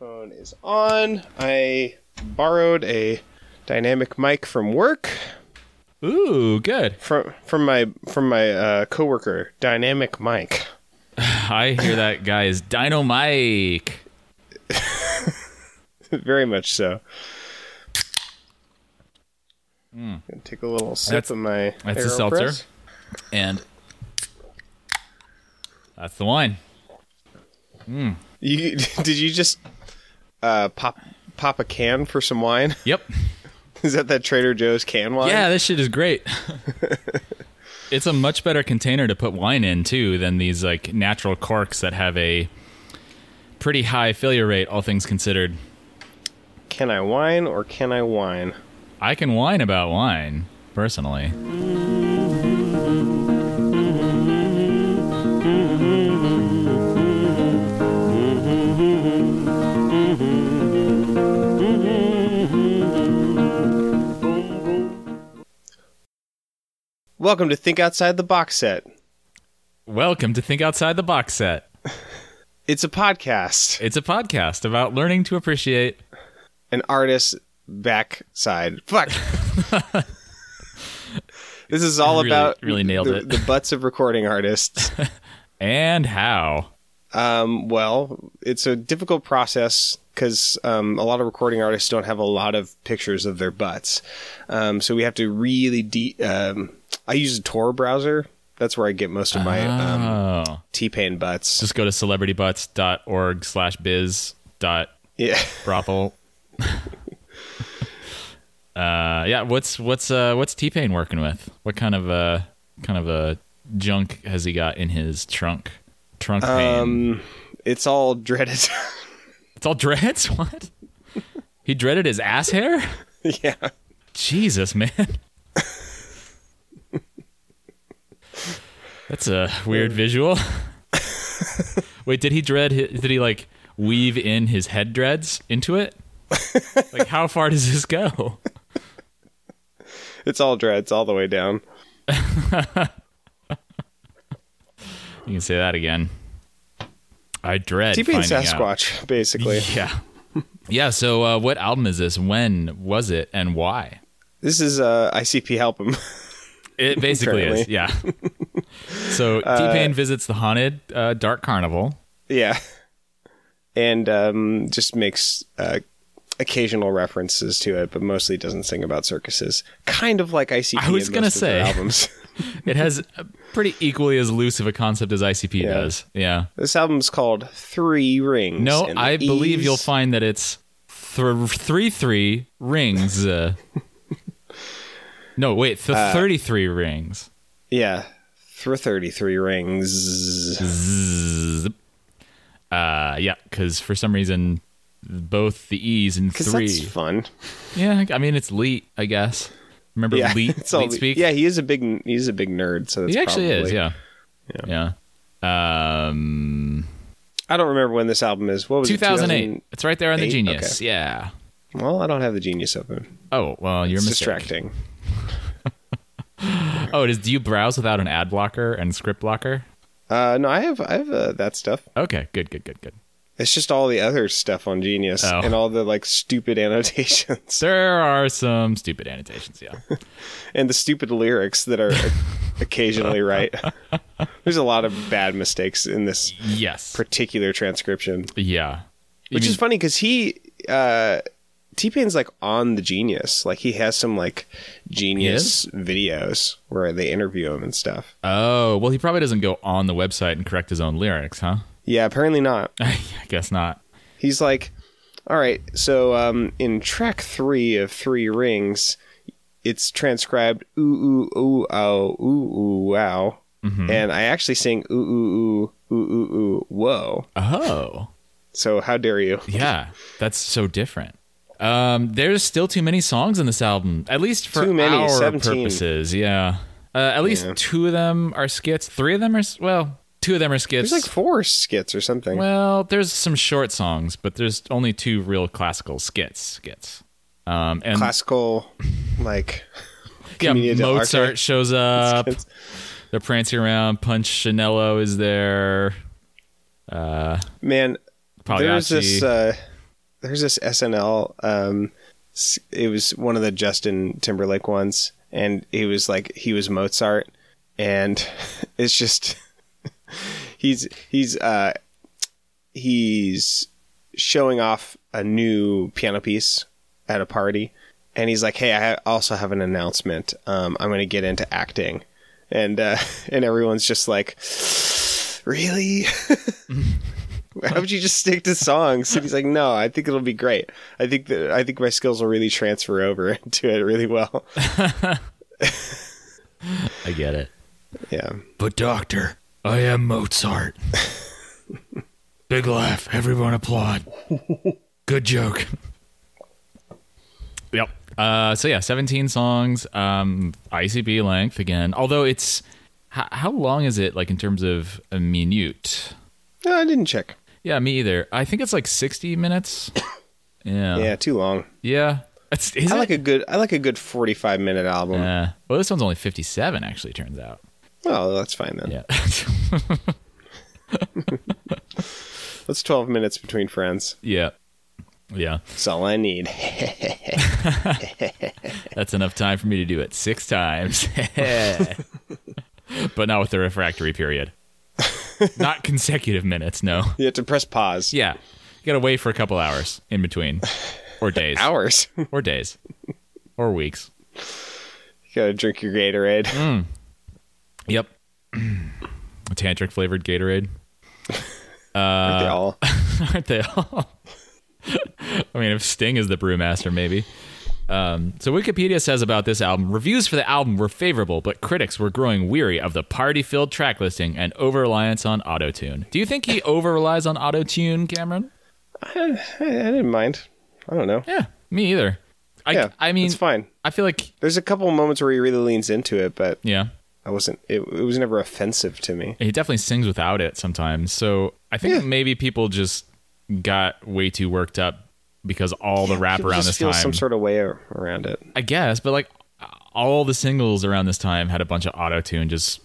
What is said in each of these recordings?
microphone is on. I borrowed a dynamic mic from work Ooh, good. from from my from my uh, coworker. Dynamic mic. I hear that guy is Dino Mike. Very much so. Gonna Take a little sip Hmm. That's- of my. That's a AeroPress. seltzer. And that's the wine. You, did you just uh, pop pop a can for some wine? Yep. Is that that Trader Joe's can wine? Yeah, this shit is great. it's a much better container to put wine in too than these like natural corks that have a pretty high failure rate all things considered. Can I wine or can I wine? I can whine about wine personally. Welcome to Think Outside the Box Set. Welcome to Think Outside the Box Set. It's a podcast, It's a podcast about learning to appreciate an artist's backside. Fuck. this is all Really- about really nailed the, it. the butts of recording artists. and how. Um, well, it's a difficult process because um, a lot of recording artists don't have a lot of pictures of their butts. Um, so we have to really. De- um, I use a Tor browser. That's where I get most of my um, Oh. T Pain butts. Just go to celebritybutts.org slash biz dot Yeah. brothel. uh, yeah, what's what's uh, what's T Pain working with? What kind of uh, kind of a junk has he got in his trunk? Trunk pain. Um, it's all dreaded. it's all dreads. What? he dreaded his ass hair. yeah. Jesus, man. That's a weird visual. Wait, did he dread? His, did he like weave in his head dreads into it? Like, how far does this go? It's all dreads all the way down. You can say that again. I dread T Pain finding out. Sasquatch, basically. Yeah, yeah. So, uh, what album is this? When was it, and why? This is uh, ICP Help Him. It basically is. Apparently. Yeah. so T Pain visits the haunted uh, dark carnival. yeah. And um, just makes uh, occasional references to it, but mostly doesn't sing about circuses. Kind of like ICP. I was in gonna most of their say. albums. It has a pretty equally as loose of a concept as ICP does. Yeah. this album's called Three Rings. No, and the I believe E's- you'll find that it's thr three three rings. Uh, no, wait, th- Uh, thirty three rings. Yeah. Thr- 33 Rings. Zzz. Uh, yeah, because for some reason, both the E's and Because three. that's fun. Yeah, I mean it's leet, I guess. Remember Yeah. leet, it's all leet speak? Yeah, he is a big he's a big nerd, so that's he actually probably, is. Yeah, yeah. Um, I don't remember when this album is. What was two thousand it? 2000 eight. It's right there on the eight? Genius. Yeah. Well, I don't have the genius open. Oh well, you're It's mistaken. distracting. Oh, it is. Do you browse without an ad blocker and script blocker? Uh, no, I have I have uh, that stuff. Okay, good, good, good, good. It's just all the other stuff on Genius Oh. and all the like stupid annotations There are some stupid annotations. Yeah. and the stupid lyrics that are occasionally right. There's a lot of bad mistakes in this yes. particular transcription, Yeah. You which mean- is funny because he uh, T Pain's like on the Genius, like he has some like Genius videos where they interview him and stuff. oh well, he probably doesn't go on the website and correct his own lyrics, huh? Yeah, apparently not. I guess not. He's like, all right, so um, in track three of Three Rings, it's transcribed ooh ooh ooh ow ooh ooh wow, Mm-hmm. and I actually sing ooh ooh ooh ooh ooh ooh whoa. Oh. So how dare you? Yeah, that's so different. Um, there's still too many songs in this album, at least for Too many, our 17. purposes. Yeah, uh, at least Yeah. two of them are skits. Three of them are s- well, two of them are skits. There's like four skits or something. well, there's some short songs, but there's only two real classical skits. Skits. Um, and Classical, like yeah, Commedia dell'arte. Mozart shows up. skits. They're prancing around. Punch Chanello is there. man, there's Pagliacci. this uh, there's this SNL. Um, s- it was one of the Justin Timberlake ones, and he was like he was Mozart, and it's just he's he's uh he's showing off a new piano piece at a party, and he's like, "Hey, I ha- also have an announcement. Um, I'm going to get into acting," and uh, and everyone's just like, "Really." How would you just stick to songs? And he's like, no, I think it'll be great. I think that I think my skills will really transfer over into it really well. I get it. Yeah. But doctor, I am Mozart. Big laugh, everyone applaud. Good joke. Yep. Uh, so yeah, 17 songs, um, ICB length again. Although it's how, how long is it like in terms of a minute? No, I didn't check. Yeah, me either. I think it's like 60 minutes. Yeah. Yeah, too long. Yeah. It's, is I it? like a good I like a good 45 minute album. Yeah. well, this one's only 57 actually turns out. Oh, that's fine then. Yeah. That's 12 minutes between friends. yeah. Yeah. That's all I need. That's enough time for me to do it six times. but not with the refractory period. not consecutive minutes, no. you have to press pause. Yeah. You got to wait for a couple hours in between or days Hours. you or days or weeks. gotta drink your Gatorade. Uh. Yep. Tantric flavored Gatorade. Aren't they all? Aren't they all? I mean, if Sting is the brewmaster, maybe. Um, so Wikipedia says about this album, reviews for the album were favorable, but critics were growing weary of the party-filled track listing and over-reliance on autotune. Do you think he over-relies on autotune, Cameron? I, I didn't mind. I don't know. Yeah, me either. I, yeah. I mean, it's fine. I feel like, There's a couple moments where he really leans into it, but yeah, I wasn't. It, it was never offensive to me. he definitely sings without it sometimes. So I think Yeah. maybe people just got way too worked up because all the rap People around just this feel time. some sort of way ar- around it. I guess, but like all the singles around this time had a bunch of auto tune just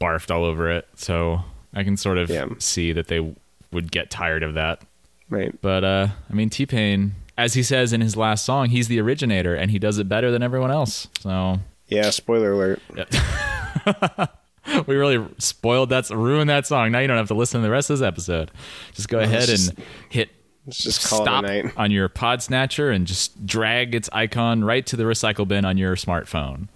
barfed all over it. So I can sort of Yeah. see that they would get tired of that. Right. But uh, I mean, T Pain, as he says in his last song, he's the originator and he does it better than everyone else. So Yeah. Spoiler alert. we really spoiled that, ruined that song. Now you don't have to listen to the rest of this episode. Just go ahead and just- hit Let's just call stop it a night. on your pod snatcher and just drag its icon right to the recycle bin on your smartphone.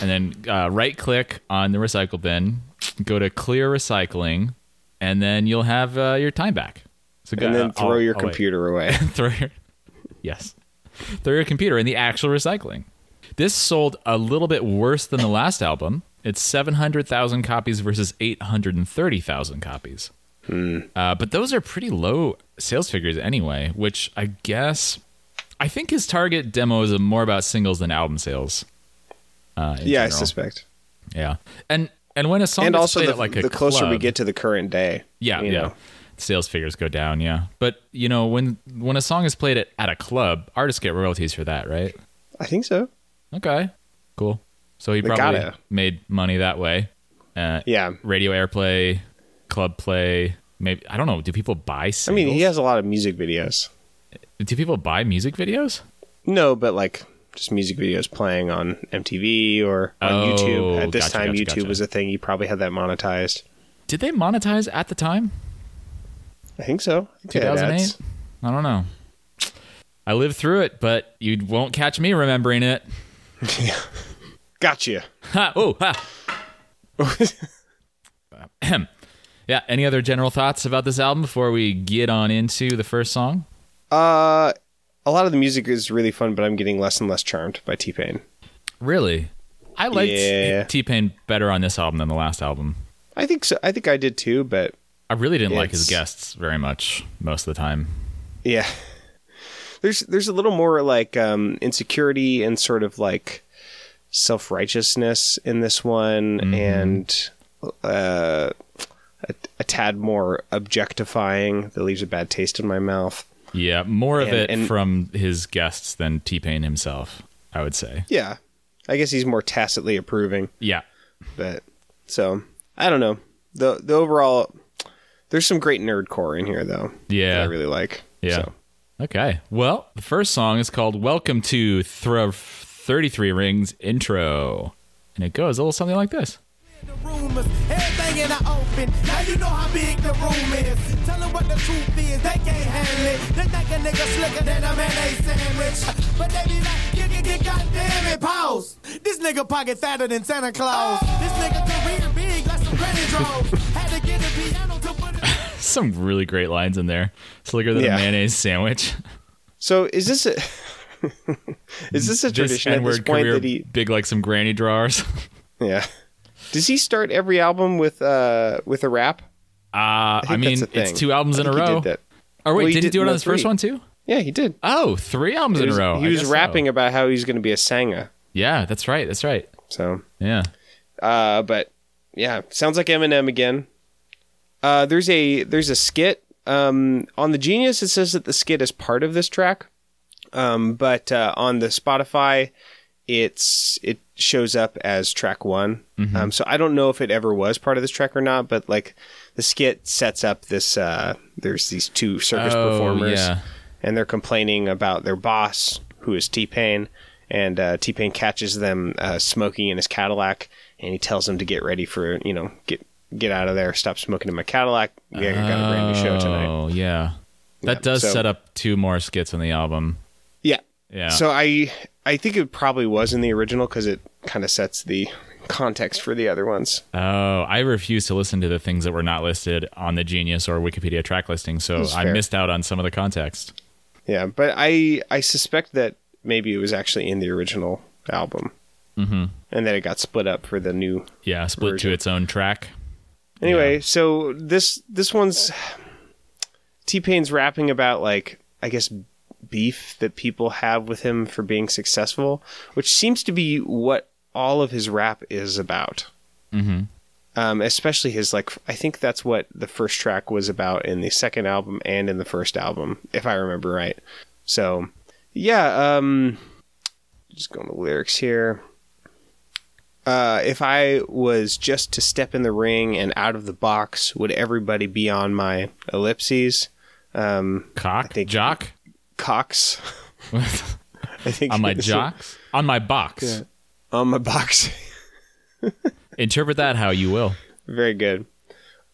And then uh, right click on the recycle bin, go to clear recycling, and then you'll have uh, your time back. So go, And then uh, throw I'll- your I'll wait. computer away. throw your, yes, throw your computer in the actual recycling. This sold a little bit worse than the last album. It's seven hundred thousand copies versus eight hundred and thirty thousand copies. Hmm. Uh, but those are pretty low sales figures anyway, which I guess I think his target demo is more about singles than album sales. Uh, in yeah, I general. suspect. yeah, and and when a song and gets also played the, at like a the closer we club- get to the current day yeah, you yeah. know. Sales figures go down, yeah. But you know, when when a song is played at, at a club, artists get royalties for that, right? i think so Okay, cool. So he They probably gotta. made money that way. Uh, yeah Radio airplay, club play. Maybe I don't know. Do people buy? i Singles? mean he has a lot of music videos Do people buy music videos? no but like just music videos playing on mtv or on Oh, youtube at this gotcha, time gotcha, youtube gotcha. was a thing you probably had that monetized Did they monetize at the time? i think so I think they had 2008. ads. I don't know. I lived through it, but you won't catch me remembering it. gotcha Ha! Oh, ha! Ahem. yeah. Any other general thoughts about this album before we get on into the first song? uh a lot of the music is really fun but i'm getting less and less charmed by t-pain Really, I liked Yeah. T Pain better on this album than the last album. i think so i think i did too but I really didn't like his It's- guests very much most of the time. Yeah. There's there's a little more like um insecurity and sort of like self-righteousness in this one Mm-hmm. and uh a, a tad more objectifying that leaves a bad taste in my mouth. Yeah, more of And- it and- from his guests than T Pain himself. I would say. Yeah. I guess he's more tacitly approving, Yeah, but so I don't know. The the overall there's some great nerdcore in here though. that yeah, I really like. yeah. So, Okay. Well, the first song is called Welcome to Thro 33 Rings Intro. And it goes a little something like this. the rumors, everything in the open. Now you know how big the room is. Tell 'em what the truth is, they can't handle it. They think a nigga slicker than a mayonnaise sandwich. But they be like, get, get, get, goddamn it, pause. This nigga pocket fatter than Santa Claus. This nigga career big like some granny droves. Had to get a piano to put it. Some really great lines in there. Slicker than Yeah. a mayonnaise sandwich. So is this a is this a tradition at this N-word point career that he big like some granny drawers. Uh, yeah does he start every album with uh with a rap? Uh, I, think mean, that's a it's thing. two I albums in a think he row. did that. Or wait, Well, he did he did do it in on the his first three. one too? Yeah, he did. Oh, three albums He in was, a row. he I was guess rapping So. about how he's going to be a sanger. Yeah, that's right. That's right. So, Yeah. uh, but yeah, sounds like Eminem again. Uh, there's a there's a skit um, on the Genius. It says that the skit is part of this track, um, but uh, on the Spotify, it's it shows up as track one. Mm-hmm. Um, so I don't know if it ever was part of this track or not. But like the skit sets up this. Uh, there's these two circus Oh, performers. yeah. and they're complaining about their boss, who is T Pain, and uh, T Pain catches them uh, smoking in his Cadillac, and he tells them to get ready for you know get get out of there, stop smoking in my Cadillac. We got a brand new show tonight. Oh, yeah. That Yeah, does so- set up two more skits on the album. Yeah. Yeah. So I I think it probably was in the original because it kind of sets the context for the other ones. oh, I refuse to listen to the things that were not listed on the Genius or Wikipedia track listing, so That's I fair. missed out on some of the context. Yeah, but I I suspect that maybe it was actually in the original album. Mm-hmm. And then it got split up for the new Yeah, split Version. to its own track. Anyway, so this this one's T Pain's rapping about like I guess beef that people have with him for being successful, which seems to be what all of his rap is about. Mm-hmm. Um, especially his like I think that's what the first track was about in the second album and in the first album, if I remember right. So yeah, um, just going to lyrics here uh, if I was just to step in the ring and out of the box, would everybody be on my ellipses? Um, Cock? think- Jock? cocks. I think on my it's- jocks? On my box. Yeah. On my box. Interpret that how you will. Very good.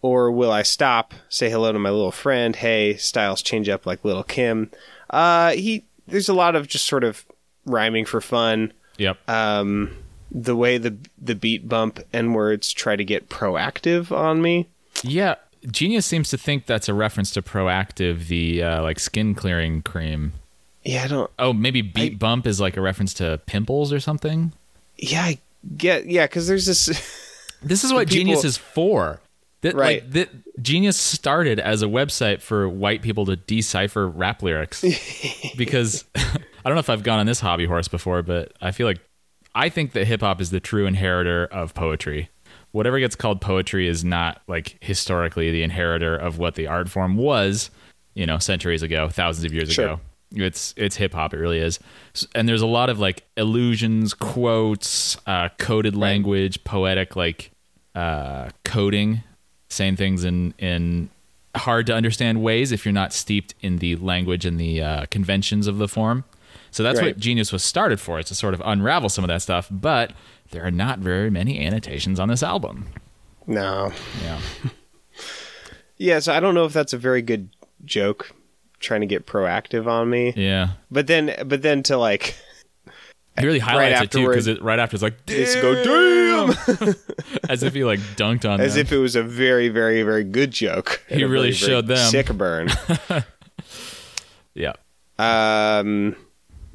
Or will I stop? Say hello to my little friend. Hey, styles change up like little Kim. Uh, he. There's a lot of just sort of rhyming for fun. Yep. Um, the way the the beat bump and words try to get proactive on me. Yeah, Genius seems to think that's a reference to Proactive, the uh, like skin clearing cream. Yeah, I don't. Oh, maybe Beat Bump is like a reference to pimples or something. Yeah, I get. Yeah, because there's this. This is what people- Genius is for. That, Right. Like, that Genius started as a website for white people to decipher rap lyrics because I don't know if I've gone on this hobby horse before, but I feel like I think that hip hop is the true inheritor of poetry. Whatever gets called poetry is not like historically the inheritor of what the art form was, you know, centuries ago, thousands of years Sure. ago. It's it's hip hop, it really is. S- And there's a lot of like illusions, quotes, uh, coded language, poetic like uh, coding, saying things in in hard to understand ways if you're not steeped in the language and the uh, conventions of the form. So that's Right. what Genius was started for, is to sort of unravel some of that stuff. But there are not very many annotations on this album. No. Yeah, Yeah, so I don't know if that's a very good joke trying to get proactive on me. yeah. But then but then to like He really highlights it too afterward- because right after it's like it's go damn as if he like dunked on as them. if it was a very very very good joke. He And a really very, very showed them. sick burn. yeah. um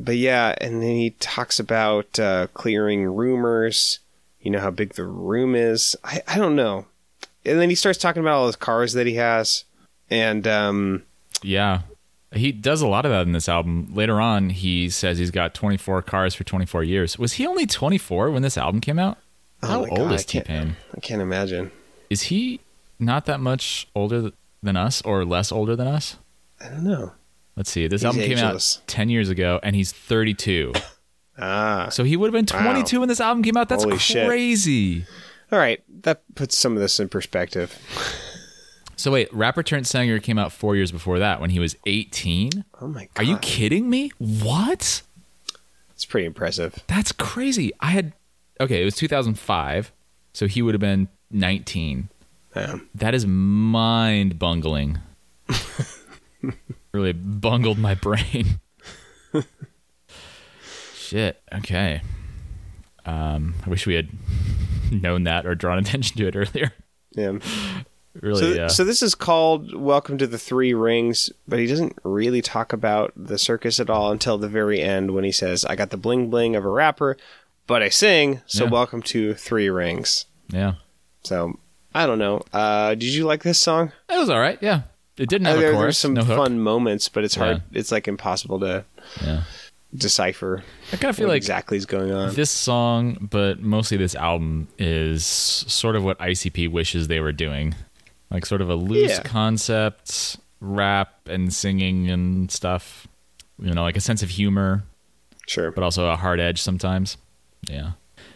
but yeah, and then he talks about uh clearing rumors, you know how big the room is. I I don't know. And then he starts talking about all his cars that he has and um Yeah. He does a lot of that in this album. Later on, he says he's got 24 cars for 24 years. Was he only 24 when this album came out? How Oh my old God, is I T can't- Pain? I can't imagine. Is he not that much older th- than us or less older than us? I don't know. Let's see. This album ageless. came out 10 years ago and he's 32. Ah. So he would have been Wow. 22 when this album came out. That's Holy shit. crazy. All right, that puts some of this in perspective. So wait, rapper turned singer came out four years before that when he was 18. Oh my god. Are you kidding me? What? It's pretty impressive. That's crazy. I had okay. It was 2005, so he would have been 19. Um, That is mind bungling. really bungled my brain. Shit. Okay. Um, I wish we had known that or drawn attention to it earlier. yeah. So, Really. uh, so this is called Welcome to the Three Rings, but he doesn't really talk about the circus at all until the very end when he says, "I got the bling bling of a rapper, but I sing." So Yeah. welcome to Three Rings. yeah. So I don't know. Uh, did you like this song? It was all right. Yeah. It didn't have Uh, a there, there's chorus. some no hook. fun moments, but it's hard. Yeah. It's like impossible to Yeah. decipher I kind of what feel like exactly is going on. this song, but mostly this album, is sort of what ICP wishes they were doing. Like, sort of a loose Yeah. concept, rap and singing and stuff. You know, like a sense of humor, sure. but also a hard edge sometimes. Yeah.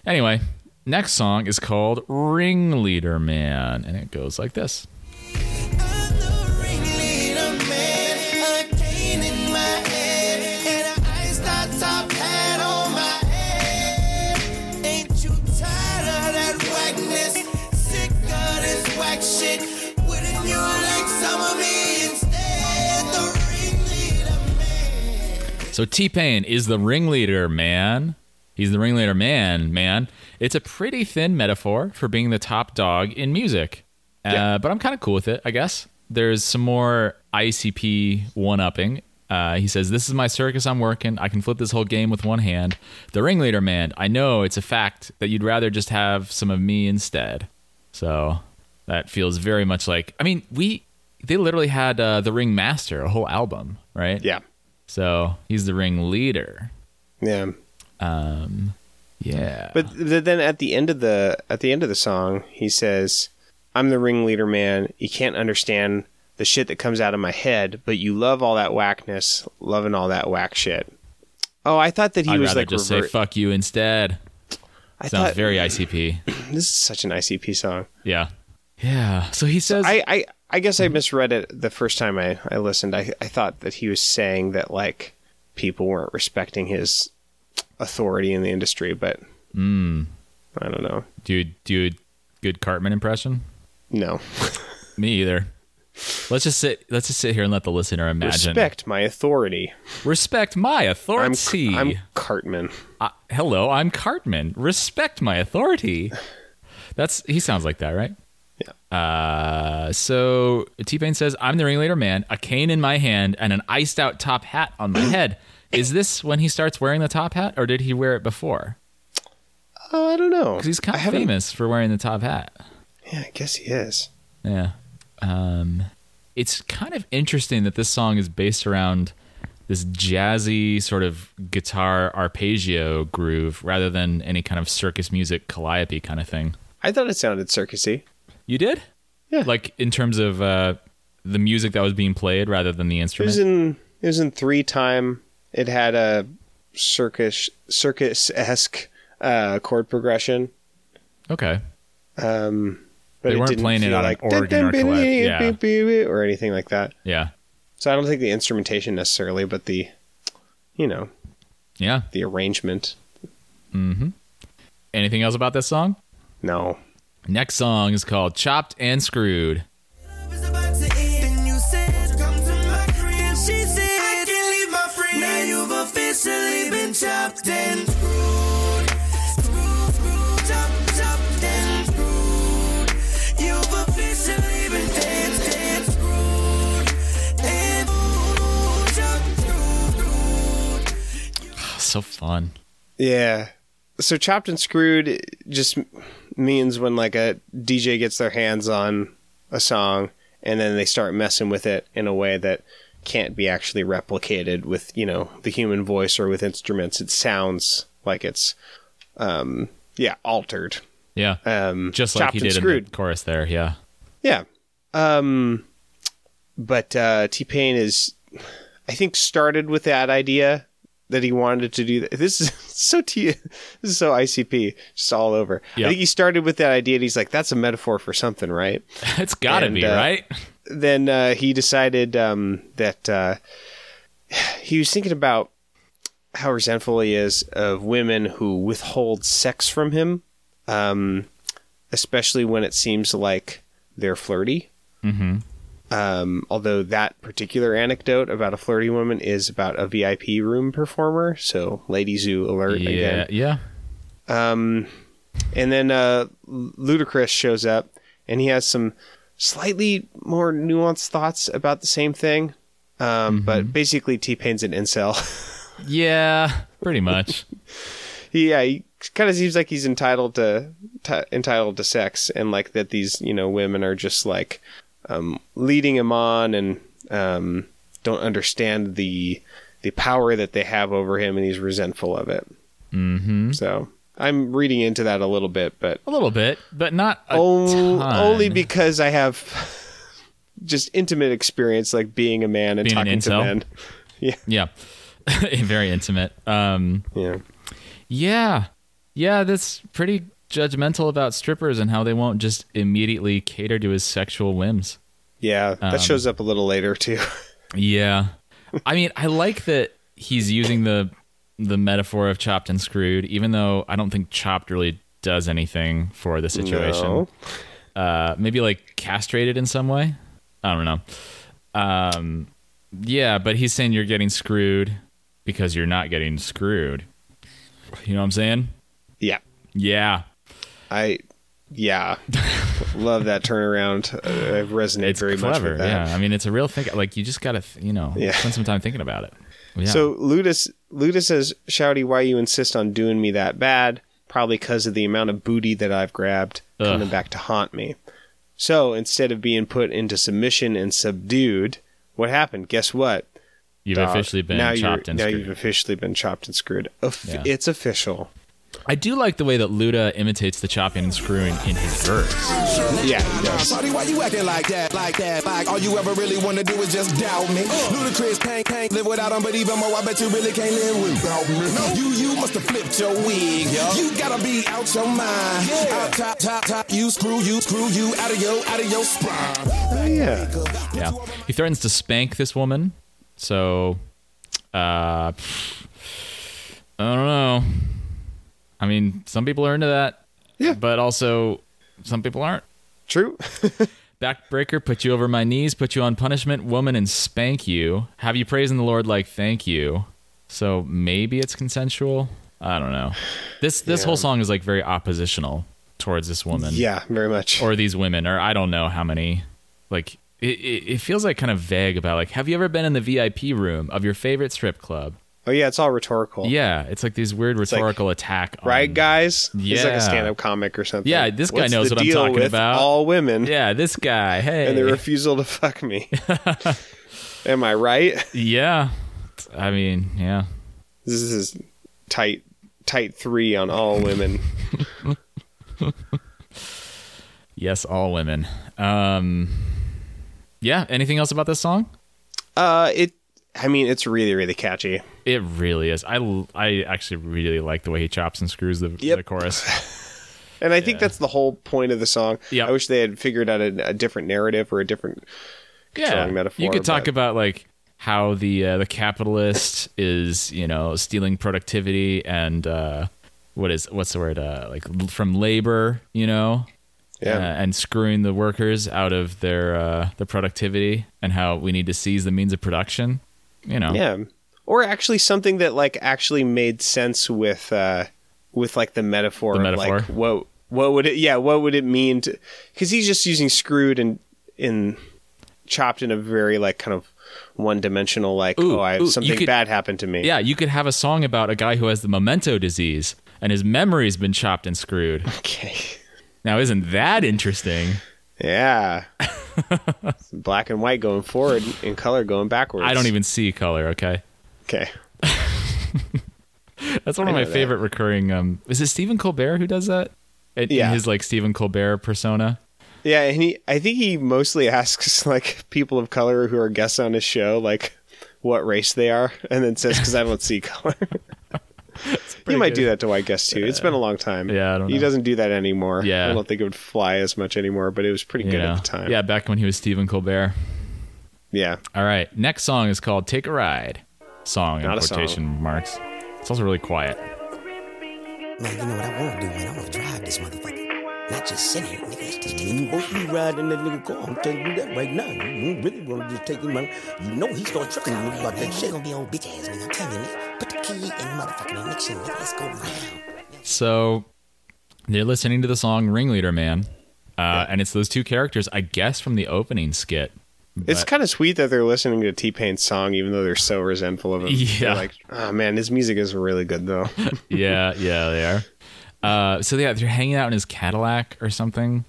Anyway, next song is called Ringleader Man, and it goes like this. I'm the ringleader man, a cane in my head, and an iced out top hat on my head. Ain't you tired of that whackness? Sick of this whack shit? Wouldn't you like some of me instead? The ringleader man. So T Pain is the ringleader, man. He's the ringleader, man, man. It's a pretty thin metaphor for being the top dog in music, uh, but I'm kind of cool with it, I guess. There's some more ICP one upping. Uh, he says, This is my circus I'm working. I can flip this whole game with one hand. The ringleader, man. I know it's a fact that you'd rather just have some of me instead. So that feels very much like, I mean, we, they literally had uh, The Ring Master, a whole album, right? Yeah. So he's the ringleader. Yeah. Um, yeah. But th- then at the end of the at the end of the song, he says, "I'm the ringleader man. You can't understand the shit that comes out of my head, but you love all that whackness, loving all that whack shit." Oh, I thought that he I'd was rather like just say revert- "fuck you" instead. I Sounds thought very ICP. this is such an ICP song. Yeah. Yeah. So he says, I, I I guess I misread it the first time I I listened. I I thought that he was saying that like people weren't respecting his authority in the industry, but Hmm. I don't know. "Dude, dude, good Cartman impression." No, Me either. Let's just sit. Let's just sit here and let the listener imagine. respect my authority. Respect my I'm authority. I'm Cartman. Uh, hello, I'm Cartman. Respect my authority. That's he sounds like that, right? Yeah. Uh, so T Pain says, "I'm the ringleader man, a cane in my hand, and an iced out top hat on my head." Is this when he starts wearing the top hat, or did he wear it before? Oh, I don't know. Because he's kind I of haven't- famous for wearing the top hat. Yeah, I guess he is. Yeah. Um, it's kind of interesting that this song is based around this jazzy sort of guitar arpeggio groove rather than any kind of circus music calliope kind of thing. I thought it sounded circusy. You did? Yeah. Like in terms of uh, the music that was being played rather than the It was instrument. in it was in three time. It had a circus circus esque uh, chord progression. okay. Um, but They it weren't didn't playing it feel on an like organ or clef, or anything like that. Yeah. So I don't think the instrumentation necessarily, but the you know Yeah. Mm-hmm. the arrangement. Anything else about this song? No, Next song is called Chopped and Screwed. Love is about to end. And you said, Come to my crib. And she said, I can't leave my friend. Now you've officially been chopped and screwed. Screwed, screwed, chopped, chopped and screwed. You've officially been danced and screwed. And screwed, chopped, screwed, screwed. So fun. yeah. So chopped and screwed just m- means when like a DJ gets their hands on a song and then they start messing with it in a way that can't be actually replicated with you know the human voice or with instruments. It sounds like it's um yeah altered. Yeah. Um, Just like chopped he and did screwed. in the chorus there. Yeah. Yeah. Um but uh T Pain is I think started with that idea that he wanted to do that. This is so T this is so ICP, just all over. Yeah. I think he started with that idea and he's like, that's a metaphor for something, right? It's got to And, be, uh, right? then uh, he decided um, that uh, he was thinking about how resentful he is of women who withhold sex from him, um, especially when it seems like they're flirty. Mm-hmm. Um, although that particular anecdote about a flirty woman is about a VIP room performer, so lady zoo alert Yeah, again. yeah. And then uh, Ludacris shows up, and he has some slightly more nuanced thoughts about the same thing. Um, But basically, T Pain's an incel. Yeah, pretty much. he, yeah, he kind of seems like he's entitled to t- entitled to sex, and like that these you know women are just like um, leading him on and um, don't understand the the power that they have over him, and he's resentful of it. Mm-hmm. So I'm reading into that a little bit, but a little bit, but not a O- ton. Oh, only because I have just intimate experience like being a man and Being talking an to incel? men. yeah, very intimate. Um, Yeah. yeah, yeah. That's pretty judgmental about strippers and how they won't just immediately cater to his sexual whims. Yeah, Um, that shows up a little later too. Yeah. I mean, I like that he's using the the metaphor of chopped and screwed, even though I don't think chopped really does anything for the situation. Uh, maybe like castrated in some way. I don't know. Um, yeah, but he's saying you're getting screwed because you're not getting screwed. You know what I'm saying? Yeah. Yeah. I yeah. Love that turnaround. Uh, I resonate It's very much clever. with that. yeah. I mean, it's a real thing. Like, you just got to, you know, Yeah. spend some time thinking about it. Yeah. So Ludus Ludus says, "Shouty, why you insist on doing me that bad? Probably because of the amount of booty that I've grabbed coming Ugh. back to haunt me." So instead of being put into submission and subdued, what happened? Guess what? you've dog. officially been Uh, now you're- chopped and now screwed. you've officially been chopped and screwed. Of- Yeah. It's official. I do like the way that Luda imitates the chopping and screwing in his verse. Yeah, he does. Shawty, why you acting like that, like that? Like all you ever really wanna do is just doubt me. Ludacris can't, can't live without him, but even more, I bet you really can't live without me. You, you must have flipped your wig. You gotta be out your mind. Out top, top, top. You screw, you screw, you out of your, out of your spine. Oh, yeah. Yeah. He threatens to spank this woman. So, uh, I don't know. I mean, some people are into that. Yeah. But also, some people aren't. True. Backbreaker, put you over my knees, put you on punishment, woman, and spank you. Have you praising the Lord like thank you? So maybe it's consensual. I don't know. This this whole song is like very oppositional towards this woman. yeah, very much. or these women or i don't know how many like it, it, it feels like kind of vague about like have you ever been in the vip room of your favorite strip club oh yeah, it's all rhetorical. yeah it's like these weird like- rhetorical attack on, Right, guys? He's like Yeah. a stand-up comic or something. Yeah, this guy What's knows the what I'm deal talking with about. All women yeah this guy hey and the refusal to fuck me. Am I right? yeah i mean yeah This is tight, tight three on all women. yes all women um yeah anything else about this song Uh, it. I mean, it's really, really catchy. it really is i l- i actually really like the way he chops and screws the, Yep. the chorus And I think that's the whole point of the song. Yep. I wish they had figured out a, a different narrative or a different yeah Strong metaphor, you could talk but- about like how the uh, the capitalist is you know stealing productivity and uh, what is what's the word uh, like l- from labor you know Yeah. uh, and screwing the workers out of their uh, their productivity and how we need to seize the means of production you know Yeah. Or actually something that like actually made sense with uh with like the metaphor, The of, metaphor. like what what would it yeah, what would it mean to cuz he's just using screwed and in chopped in a very like kind of one-dimensional like Ooh, oh, I ooh, you something could- bad happened to me. yeah you could have a song about a guy who has the memento disease and his memory's been chopped and screwed Okay. now isn't that interesting Yeah. Black and white going forward and color going backwards. i don't even see color okay Okay. That's one of I my know that. favorite recurring. Um, is it Stephen Colbert who does that? In, in Yeah. his like Stephen Colbert persona. Yeah, and he I think he mostly asks like people of color who are guests on his show like what race they are and then says cuz I don't see color. You might do that to White Guest too. It's been a long time. Yeah, I don't he know. doesn't do that anymore. Yeah. I don't think it would fly as much anymore, but it was pretty good Yeah. at the time. Yeah, back when he was Stephen Colbert. yeah. All right. Next song is called Take a Ride. Song in Not a song. quotation marks. It's also really quiet. Man, you know what I wanna do, man? I wanna drive this motherfucker. Not just sit here, nigga. Let's just take You won't be riding that nigga car. I'm telling you that right now. You don't really want to just take him out. You know he's gonna trick you about that She shit. gonna be old bitch ass, nigga. I'm telling you, nigga. Put the key in the motherfucking ignition, nigga. Let's go round. So they're listening to the song Ringleader Man. Uh, and it's those two characters, I guess, from the opening skit. It's But- kind of sweet that they're listening to T Pain's song, even though they're so resentful of him. Yeah. They're like, oh man, his music is really good though. yeah, yeah, they are. Uh, so yeah, they're hanging out in his Cadillac or something,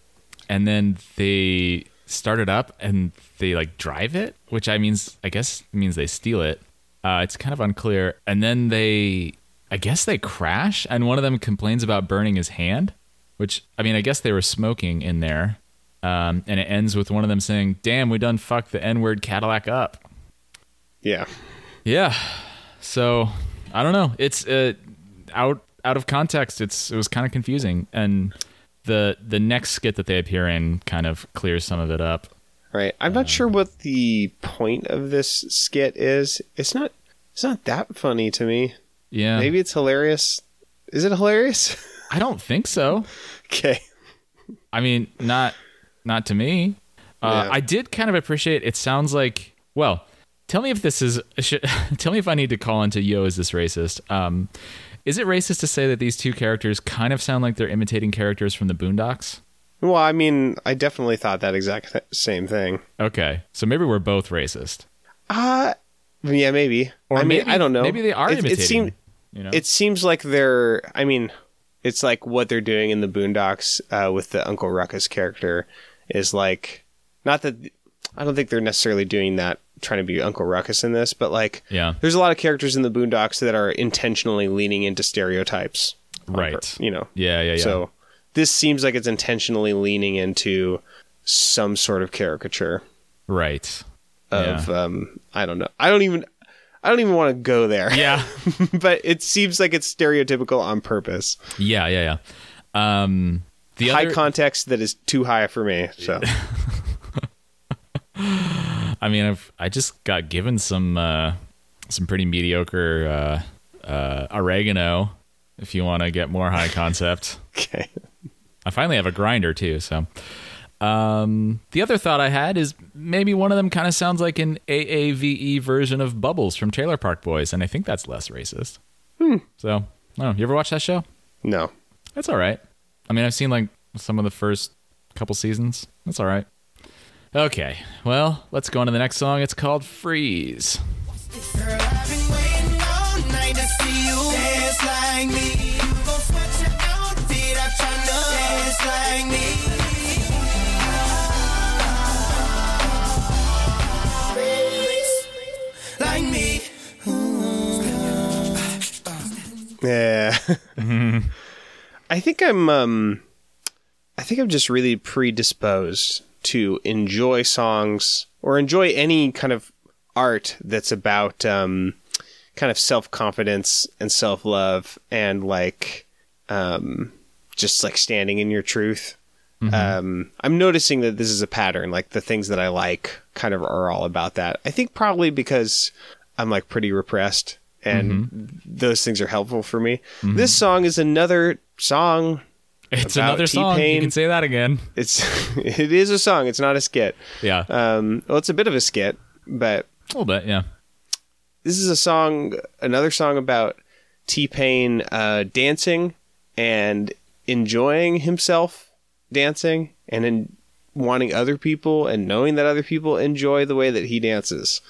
and then they start it up and they like drive it, which I means I guess means they steal it. Uh, it's kind of unclear. And then they, I guess they crash, and one of them complains about burning his hand, which I mean I guess they were smoking in there. Um, and it ends with one of them saying, "Damn, we done fucked the N-word Cadillac up." yeah. Yeah. So I don't know. It's uh, out out of context. It's it was kind of confusing, and the the next skit that they appear in kind of clears some of it up. Right. I'm not sure what the point of this skit is. It's not it's not that funny to me. Yeah. Maybe it's hilarious. Is it hilarious? I don't think so. okay. I mean, not not to me. Uh, Yeah. I did kind of appreciate. It sounds like well. Tell me if this is. Should, tell me if I need to call into Yo. Is this racist? Um, is it racist to say that these two characters kind of sound like they're imitating characters from the Boondocks? Well, I mean, I definitely thought that exact th- same thing. Okay, so maybe we're both racist. Uh yeah, maybe. Or I mean, maybe- I don't know. maybe they are it, imitating, It seems you know? it seems like they're. I mean, it's like what they're doing in the Boondocks uh, with the Uncle Ruckus character is like not that I don't think they're necessarily doing that trying to be Uncle Ruckus in this, but like Yeah. there's a lot of characters in the Boondocks that are intentionally leaning into stereotypes, on Right. pur- You know, Yeah, yeah, yeah. So this seems like it's intentionally leaning into some sort of caricature right. of um I don't know. I don't even I don't even want to go there. Yeah. but it seems like it's stereotypical on purpose. yeah, yeah, yeah. Um the high other context that is too high for me. So I mean I've I just got given some uh some pretty mediocre uh uh oregano if you want to get more high concept. okay. I finally have a grinder too, so um the other thought I had is maybe one of them kind of sounds like an AAVE E version of Bubbles from Trailer Park Boys and I think that's less racist. Hmm. So, I don't know. You ever watch that show? No. That's all right. I mean, I've seen like some of the first couple seasons. That's all right. Okay. Well, let's go on to the next song. It's called Freeze. Girl, I've been waiting all night to see you dance like me. You gon' sweat your outfit, I'm tryna dance like me. Please, Like me. Yeah. I think I'm um I think I'm just really predisposed to enjoy songs or enjoy any kind of art that's about um kind of self-confidence and self-love and like um just like standing in your truth. Um I'm noticing that this is a pattern like the things that I like kind of are all about that. I think probably because I'm like pretty repressed and those things are helpful for me. This song is another song. It's About another song. You T-Pain. can say that again. It's it is a song. It's not a skit. Yeah. Um, well, it's a bit of a skit, but a little bit. Yeah. this is a song, another song about T Pain uh, dancing and enjoying himself dancing and in wanting other people and knowing that other people enjoy the way that he dances.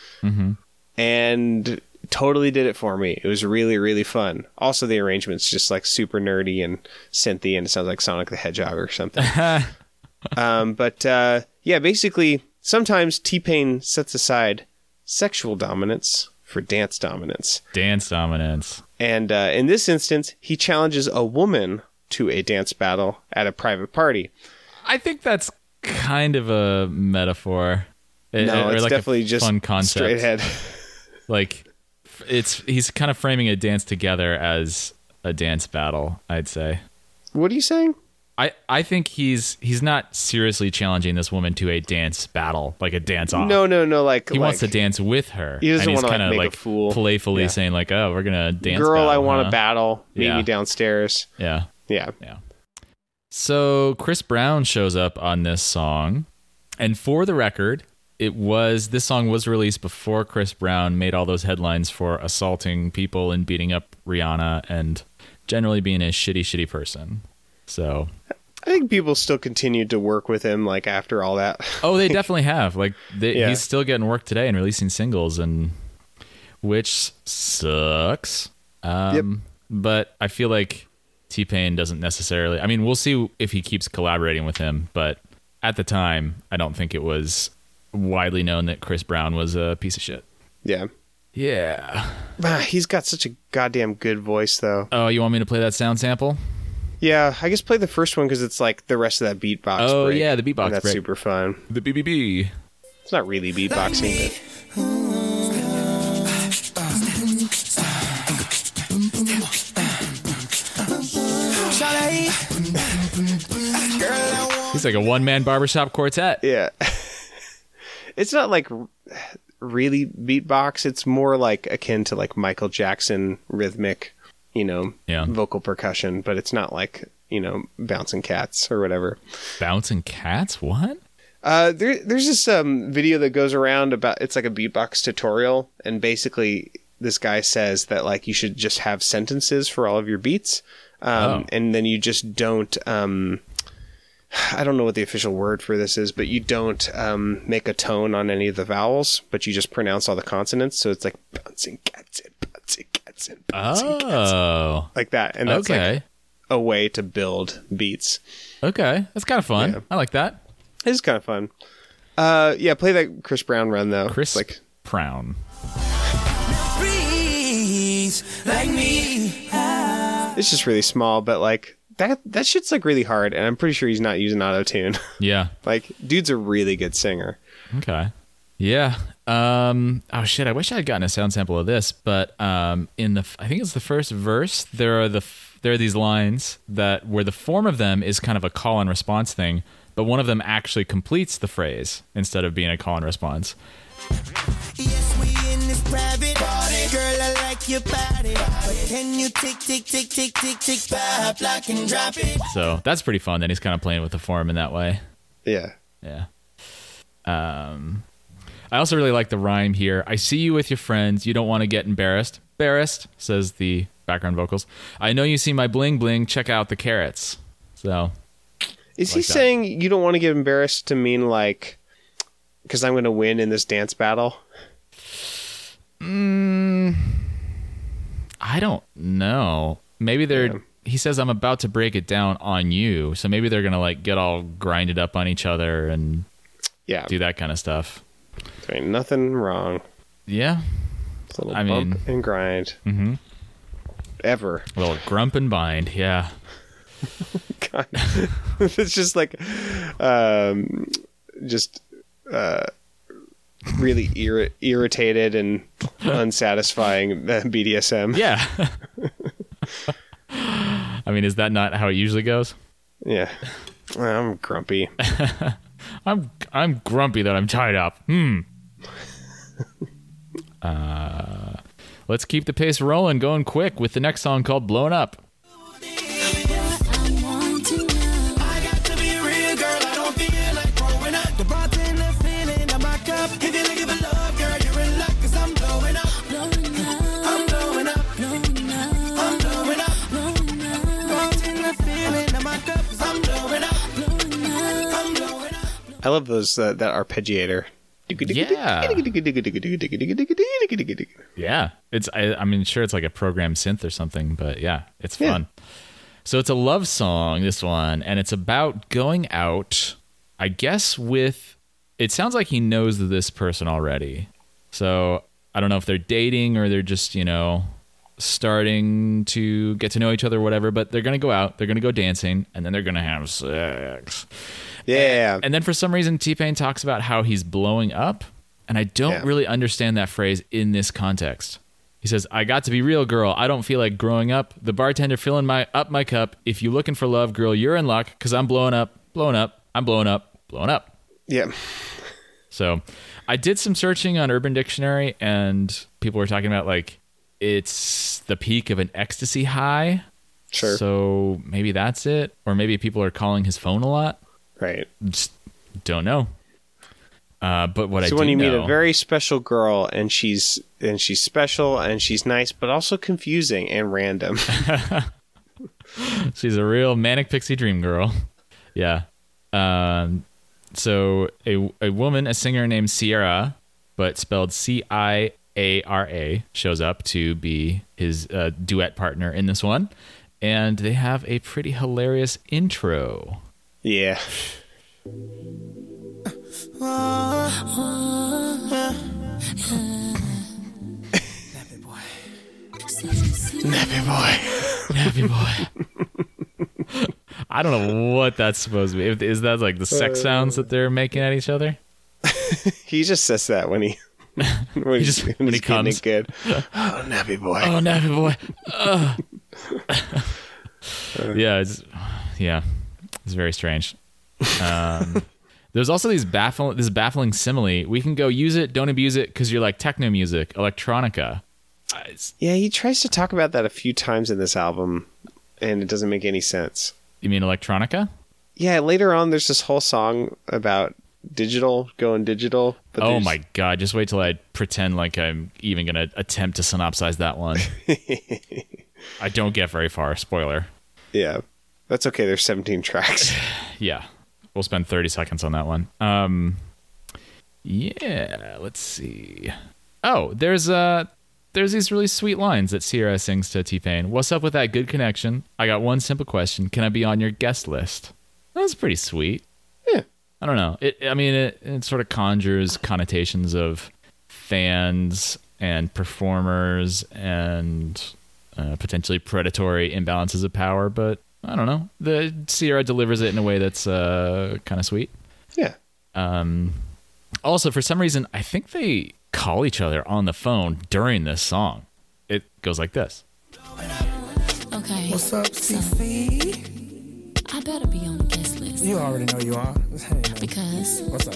And totally did it for me. It was really, really fun. Also, the arrangement's just like super nerdy and synthy, and it sounds like Sonic the Hedgehog or something. um, but uh, yeah, basically, sometimes T Pain sets aside sexual dominance for dance dominance. Dance dominance. And uh, in this instance, he challenges a woman to a dance battle at a private party. I think that's kind of a metaphor. It- No, or it's like a definitely just fun concept. straight ahead. Like f- it's he's kind of framing a dance together as a dance battle. I'd say. What are you saying? I, I think he's he's not seriously challenging this woman to a dance battle, like a dance off. No, no, no. Like he wants to like, dance with her. He doesn't and he's wanna, like, kinda, make a like, fool. Playfully Yeah. saying like, "Oh, we're gonna dance." Girl, battle, I want huh?" to battle. Meet Yeah. me downstairs. Yeah, Yeah. yeah. So Chris Brown shows up on this song, and for the record, it was this song was released before Chris Brown made all those headlines for assaulting people and beating up Rihanna and generally being a shitty, shitty person. So I think people still continued to work with him like after all that. Oh, they definitely have. Like they, Yeah. he's still getting work today and releasing singles, and which sucks. Um, But I feel like T Pain doesn't necessarily. I mean, we'll see if he keeps collaborating with him. But at the time, I don't think it was widely known that Chris Brown was a piece of shit. yeah. Yeah. Ah, he's got such a goddamn good voice though. Oh, you want me to play that sound sample? Yeah, I guess play the first one because it's like the rest of that beatbox. Oh, break, yeah, the beatbox and That's break. super fun. The BBB. It's not really beatboxing, but He's like a one man barbershop quartet. yeah, it's not like r- really beatbox. It's more like akin to like Michael Jackson rhythmic, you know, Yeah. vocal percussion. But it's not like you know bouncing cats or whatever. Bouncing cats? What? Uh, there, there's this um, video that goes around about it's like a beatbox tutorial, and basically this guy says that like you should just have sentences for all of your beats, um, Oh. and then you just don't. Um, I don't know what the official word for this is, but you don't um, make a tone on any of the vowels, but you just pronounce all the consonants. So it's like bouncing cats and bouncing cats and bouncing cats, Oh. like that, and that's Okay. like a way to build beats. Okay, that's kind of fun. I like that. It's kind of fun. Uh, yeah, play that Chris Brown run though. Chris like Brown. it's just really small, but like that that shit's like really hard, and I'm pretty sure he's not using auto tune. Yeah. like, dude's a really good singer. Okay. Yeah. Um. Oh shit! I wish I had gotten a sound sample of this, but um, in the f- I think it's the first verse. There are the f- there are these lines that where the form of them is kind of a call and response thing, but one of them actually completes the phrase instead of being a call and response. Yes, we in this private party. Girl, I like your body. But can you tick, tick, tick, tick, tick, tick, pop, lock, and drop it? So that's pretty fun that he's kind of playing with the form in that way. Yeah, Yeah. Um, I also really like the rhyme here. I see you with your friends. You don't want to get embarrassed. Embarrassed, says the background vocals. I know you see my bling bling. Check out the carrots. So, is he Like that. saying you don't want to get embarrassed to mean like because I'm going to win in this dance battle? I don't know. Maybe they're. Yeah. He says I'm about to break it down on you. So maybe they're gonna like get all grinded up on each other and Yeah, do that kind of stuff. there ain't nothing wrong. Yeah, It's a little I bump mean- and grind. Mm-hmm. Ever. a little grump and bind. Yeah. God. it's just like, um, just uh, really irri- irritated and unsatisfying uh, BDSM. Yeah. I mean, is that not how it usually goes? Yeah. I'm grumpy. I'm I'm grumpy that I'm tied up. Hmm. uh, let's keep the pace rolling, going quick with the next song called "Blown Up." I got to be real, girl. I don't feel like growing up. The bartender feeling in my cup. If you're looking for love, girl, you're in luck. Cause I'm blowing up. I'm blowing up. I'm blowing up. Bartender feeling in my cup. Cause I'm blowing up. I'm blowing up. I love those uh, that arpeggiator. Yeah. Yeah, it's I, I mean, sure, it's like a programmed synth or something, but yeah, it's Yeah. fun. So it's a love song, this one, and it's about going out. I guess with it sounds like he knows this person already. So I don't know if they're dating or they're just you know starting to get to know each other or whatever. But they're gonna go out, they're gonna go dancing, and then they're gonna have sex. Yeah. And then for some reason, T Pain talks about how he's blowing up, and I don't Yeah. really understand that phrase in this context. He says, "I got to be real, girl. I don't feel like growing up. The bartender filling my up my cup. If you looking for love, girl, you're in luck because I'm blowing up, blowing up, I'm blowing up, blowing up." Yeah. So I did some searching on Urban Dictionary, and people were talking about like it's the peak of an ecstasy high. Sure. So maybe that's it, or maybe people are calling his phone a lot. right. Just don't know. Uh, but what I So do when you know, meet a very special girl and she's and she's special and she's nice but also confusing and random. she's a real manic pixie dream girl. yeah. Um, so a a woman, a singer named Sierra, but spelled C I A R A, shows up to be his uh, duet partner in this one, and they have a pretty hilarious intro. yeah. Happy boy. I don't know what that's supposed to be. If- Is that like the Uh, sex sounds that they're making at each other? He just says that when he when He just- he's- when he he's getting comes. it good. Oh, nappy boy. Oh, nappy boy. Ugh. Uh. yeah, it's yeah, it's very strange. Um, there's also these baffling this baffling simile. We can go use it, don't abuse it, because you're like techno music, electronica. Uh, it's- Yeah, he tries to talk about that a few times in this album and it doesn't make any sense. You mean electronica? Yeah, later on there's this whole song about digital going digital. But oh there's- my god! Just wait till I pretend like I'm even gonna attempt to synopsize that one. I don't get very far. Spoiler. Yeah. That's okay. There's 17 tracks. yeah we'll spend 30 seconds on that one um yeah let's see oh there's uh there's these really sweet lines that Sierra sings to T-Pain. What's up with that good connection? I got one simple question. Can I be on your guest list? That's pretty sweet. Yeah. I don't know. It, I mean, it, it sort of conjures connotations of fans and performers and uh, potentially predatory imbalances of power, but I don't know. The Sierra delivers it in a way that's uh, kind of sweet. Yeah. Also, for some reason, I think they call each other on the phone during this song. It goes like this. Okay. What's up, CC? I better be on the guest list You already know you are. Hey, man, because what's up?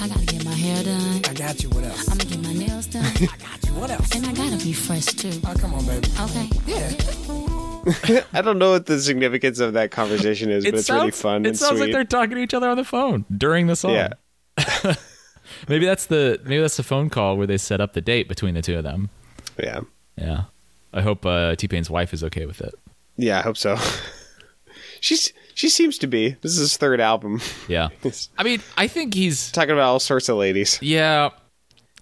I gotta get my hair done. I got you. What else? I'm gonna get my nails done. I got you. What else? and I gotta be fresh too. Oh, come on, baby. Okay. Yeah. I don't know what the significance of that conversation is, but it's really fun It and sounds sweet. like they're talking to each other on the phone during the song. Yeah. maybe that's the maybe that's the phone call where they set up the date between the two of them. yeah. Yeah. I hope uh, T Pain's wife is okay with it. Yeah, I hope so. She's she seems to be. This is his third album. Yeah. I mean, I think he's Talking about all sorts of ladies. yeah.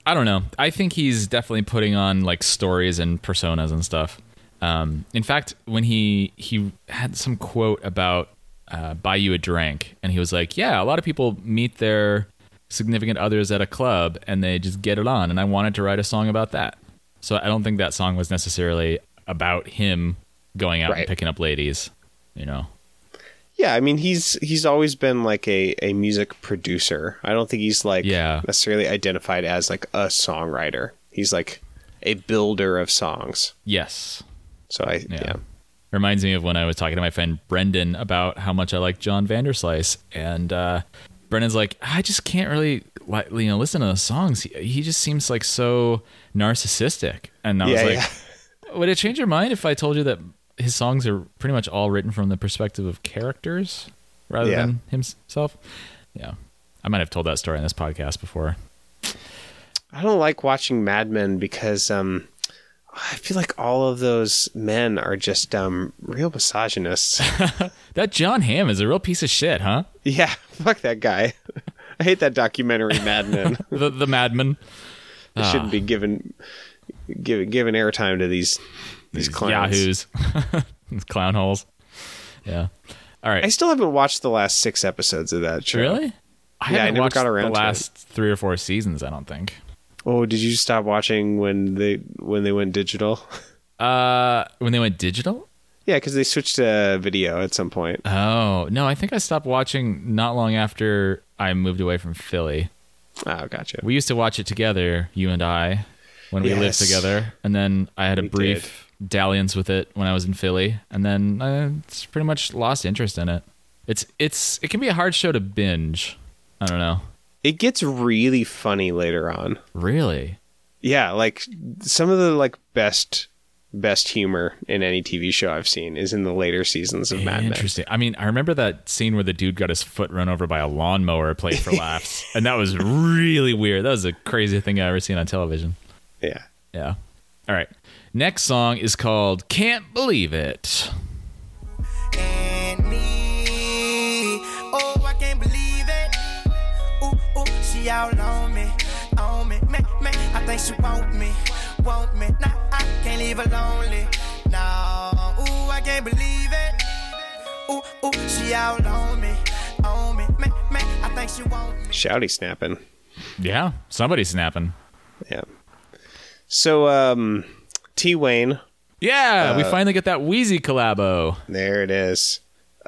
I don't know. I think he's definitely putting on like stories and personas and stuff. Um, in fact, when he he had some quote about uh, buy you a drink, and he was like, "Yeah, a lot of people meet their significant others at a club, and they just get it on." And I wanted to write a song about that. So I don't think that song was necessarily about him going out and Right. picking up ladies. You know, Yeah, I mean he's he's always been like a, a music producer. I don't think he's like Yeah. necessarily identified as like a songwriter. He's like a builder of songs. yes. So I yeah. Reminds me of when I was talking to my friend Brendan about how much I like John Vanderslice, and uh, Brendan's like, I just can't really like you know listen to the songs. He, he just seems like so narcissistic, and I was Yeah, like, would it change your mind if I told you that his songs are pretty much all written from the perspective of characters rather Yeah. than himself? Yeah, I might have told that story on this podcast before. I don't like watching Mad Men because um, I feel like all of those men are just um, real misogynists. That John Hamm is a real piece of shit, huh? yeah, fuck that guy. I hate that documentary Mad Men. The the madman. They shouldn't be given given given airtime to these these clowns. Yahoos, These clown holes. Yeah. All right. I still haven't watched the last six episodes of that show. really? I Yeah, I haven't never watched got around the to it. last three or four seasons. I don't think. Oh, did you stop watching when they when they went digital? Uh, when they went digital. yeah, because they switched to video at some point. Oh no, I think I stopped watching not long after I moved away from Philly. Oh, gotcha. We used to watch it together, you and I, when we lived Yes. together, and then I had a We brief dalliance with it when I was in Philly, and then I it's pretty much lost interest in it. It's it's it can be a hard show to binge. I don't know. It gets really funny later on. Really? Yeah, like some of the like best best humor in any TV show I've seen is in the later seasons of Mad Men. Interesting. I mean, I remember that scene where the dude got his foot run over by a lawnmower played for laughs, and that was really weird. That was the craziest thing I ever seen on television. Yeah. Yeah. All right. Next song is called Can't Believe It. and me. Oh, I can't believe it. Ooh, ooh, she all on me, on me. Man, man, I think she want me, want me. Nah, I can't leave her lonely. No, ooh, I can't believe it. Ooh, ooh, she all on me, on me. Man, man, I think she want me. Shouty snapping. Yeah. Somebody's snapping. Yeah. So um T Wayne, Yeah, we finally get that Wheezy collabo. there it is.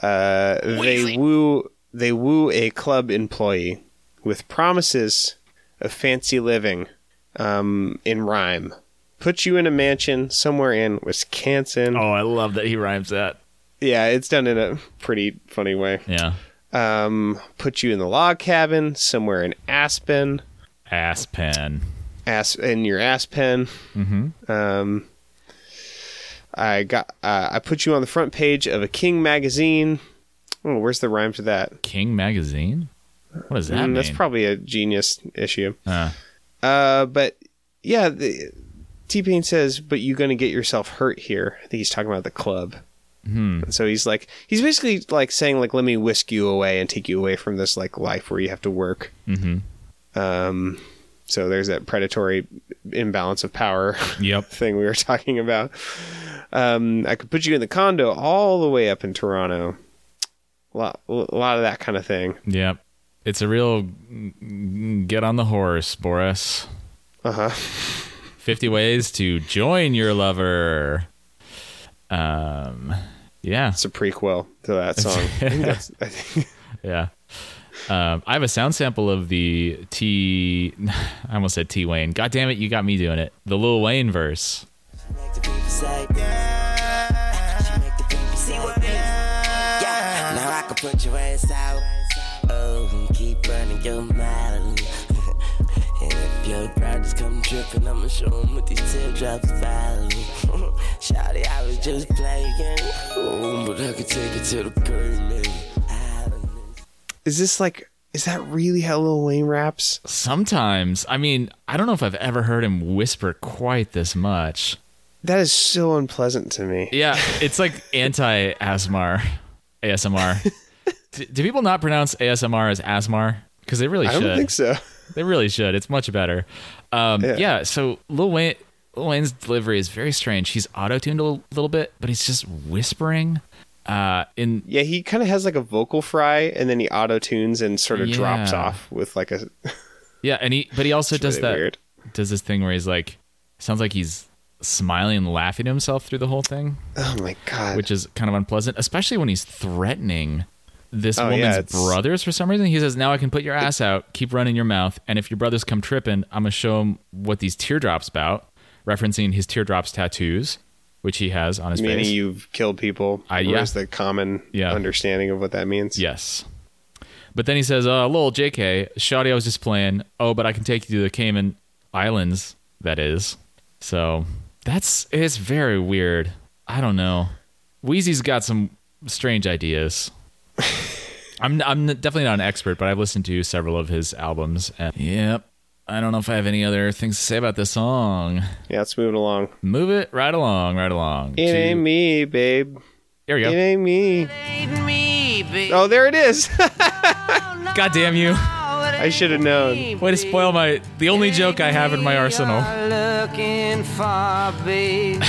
Uh they woo they woo a club employee with promises of fancy living um in rhyme. Put you in a mansion somewhere in Wisconsin. Oh, I love that he rhymes that. Yeah, it's done in a pretty funny way. Yeah. um, put you in the log cabin somewhere in Aspen, Ass pen. As- in your Aspen. Mm-hmm. Um, I got uh, I put you on the front page of a King magazine. Oh, where's the rhyme to that? King magazine? What does that Mm, mean? that's probably a genius issue. Uh, Uh, but yeah, the, T Pain says, "But you're gonna get yourself hurt here." I think he's talking about the club. And so he's like, he's basically like saying, like, "Let me whisk you away and take you away from this like life where you have to work." Mhm. Um, so there's that predatory imbalance of power Yep. thing we were talking about. Um, I could put you in the condo all the way up in Toronto. A lot, a lot of that kind of thing. Yep. It's a real mm, get on the horse, Boris. Uh huh. 50 ways to join your lover. Um, yeah. It's a prequel to that song. I think that's, I think, Yeah. Um, I have a sound sample of the T. I almost said T Wayne. God damn it, you got me doing it. The Lil Wayne verse. Like to be beside me. Yeah, She like to be beside me. Yeah, yeah. now I can put your ass out. Oh, and keep running your mouth. and if your projects come tripping, I'ma show 'em what these teardrops value. Shawty, I was just playing. Oh, but I could take it to the pyramid. Island. is this like, is that really how Lil Wayne raps? Sometimes, I mean, I don't know if I've ever heard him whisper quite this much. That is so unpleasant to me. Yeah, it's like anti ASMR. ASMR. do, do people not pronounce ASMR as ASMR? Because they really I should. don't think so. They really should. It's much better. Um, yeah. Yeah. So Lil Wayne, Lil Wayne's delivery is very strange. He's auto tuned a l- little bit, but he's just whispering. Uh, in Yeah, he kind of has like a vocal fry, and then he auto tunes and sort of drops Yeah. off with like a. yeah, and he but he also does really that weird. does this thing where he's like, sounds like he's smiling and laughing to himself through the whole thing, Oh my god! which is kind of unpleasant, especially when he's threatening this Oh, yeah, woman's it's- brothers for some reason. He says, "Now I can put your ass out, keep running your mouth, and if your brothers come tripping, I'm gonna show them what these teardrops about." Referencing his teardrops tattoos, which he has on his Meaning face. you've killed people. I- yeah. Where's the common Yeah. understanding of what that means? Yes. But then he says, uh, lol, JK, Shoddy, I was just playing. Oh, but I can take you to the Cayman Islands, that is. So that's, it's very weird. I don't know. Wheezy's got some strange ideas. I'm, I'm definitely not an expert, but I've listened to several of his albums. And yep. I don't know if I have any other things to say about this song. Yeah, let's move it along. Move it right along, right along. It to- ain't me, babe. There we It go. ain't me. It ain't me, babe. Oh, there it is. God damn you. I should have known. Way to spoil my, the only joke I have in my arsenal. Looking for, babe.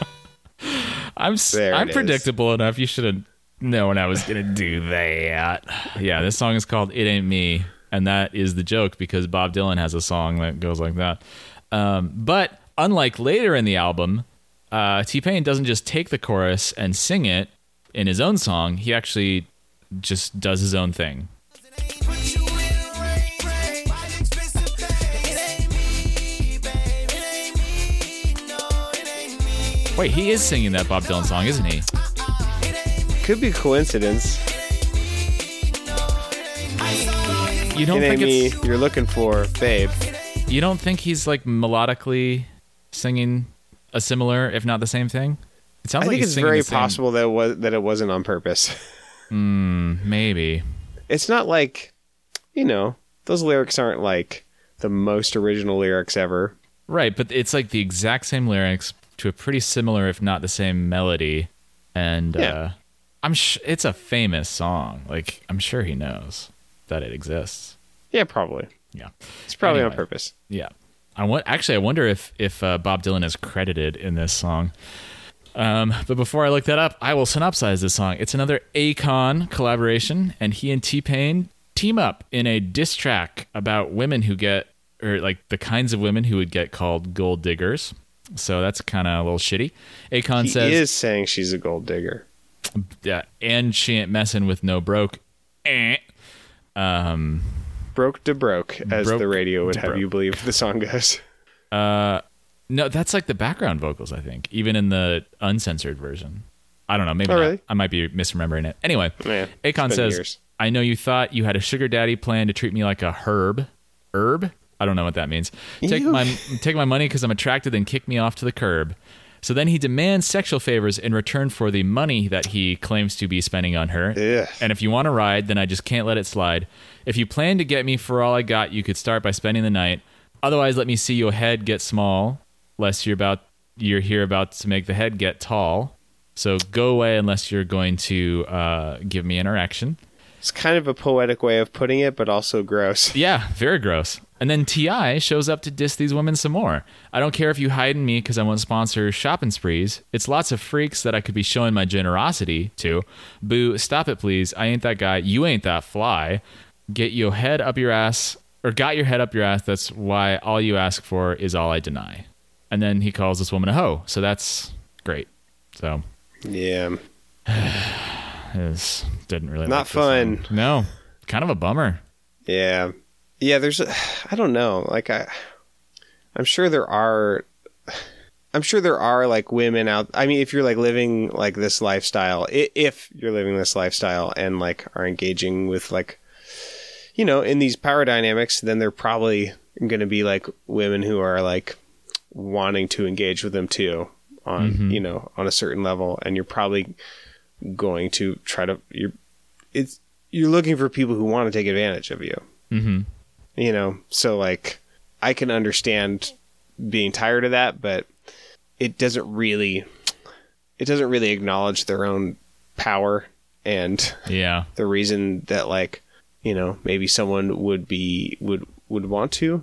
I'm s There am it is. predictable enough. You should have known I was gonna do that. Yeah, this song is called "It Ain't Me," and that is the joke because Bob Dylan has a song that goes like that. Um, but unlike later in the album, uh, T Pain doesn't just take the chorus and sing it in his own song. He actually just does his own thing. Put you in a ring, ring, buy expensive things. It ain't me, babe. Wait, he is singing that Bob Dylan song, isn't he? Could be coincidence. You don't It ain't think me it's, you're looking for, babe. you don't think he's like melodically singing a similar, if not the same thing? It sounds I like think he's it's singing very the same- possible that it was that it wasn't on purpose. Maybe. It's not like, you know, those lyrics aren't like the most original lyrics ever. Right, but it's like the exact same lyrics to a pretty similar, if not the same melody, and Yeah. uh, I'm sh- it's a famous song. Like I'm sure he knows that it exists. Yeah, probably. Yeah, It's probably on Anyway. purpose. yeah. I want actually. I wonder if if uh, Bob Dylan is credited in this song. Um, but before I look that up, I will synopsize this song. It's another Akon collaboration, and he and T Pain team up in a diss track about women who get, or like the kinds of women who would get called gold diggers. So that's kind of a little shitty. Akon He says, is saying she's a gold digger. yeah, and she ain't messing with no broke. Eh. Broke to broke, as Broke the radio would to have broke. you believe the song goes. No, that's like the background vocals, I think, even in the uncensored version. I don't know. Maybe Oh, not. really? Oh, I might be misremembering it. Anyway, Yeah, it's Akon been says, years. I know you thought you had a sugar daddy plan to treat me like a herb. Herb? I don't know what that means. Take Ew. my take my money because I'm attracted, then kick me off to the curb. So then he demands sexual favors in return for the money that he claims to be spending on her. Ugh. And if you want to ride, then I just can't let it slide. If you plan to get me for all I got, you could start by spending the night. Otherwise, let me see your head get small, lest you're about you're here about to make the head get tall. So go away unless you're going to uh, give me interaction. It's kind of a poetic way of putting it, but also gross. Yeah, very gross. And then Ti shows up to diss these women some more. I don't care if you hide in me because I won't sponsor shopping sprees. It's lots of freaks that I could be showing my generosity to. Boo, stop it, please. I ain't that guy. You ain't that fly. Get your head up your ass, or got your head up your ass. That's why all you ask for is all I deny. And then he calls this woman a hoe. So that's great. So Yeah. it didn't really Not like this fun. song. No, kind of a bummer. Yeah. Yeah, there's a, I don't know. Like I I'm sure there are I'm sure there are like women out I mean if you're like living like this lifestyle, i- if you're living this lifestyle and like are engaging with like you know, in these power dynamics, then they're probably going to be like women who are like wanting to engage with them too on, you know, on a certain level and you're probably going to try to you're it's you're looking for people who want to take advantage of you. Mhm. You know, so like I can understand being tired of that, but it doesn't really it doesn't really acknowledge their own power and Yeah. the reason that like you know maybe someone would be would would want to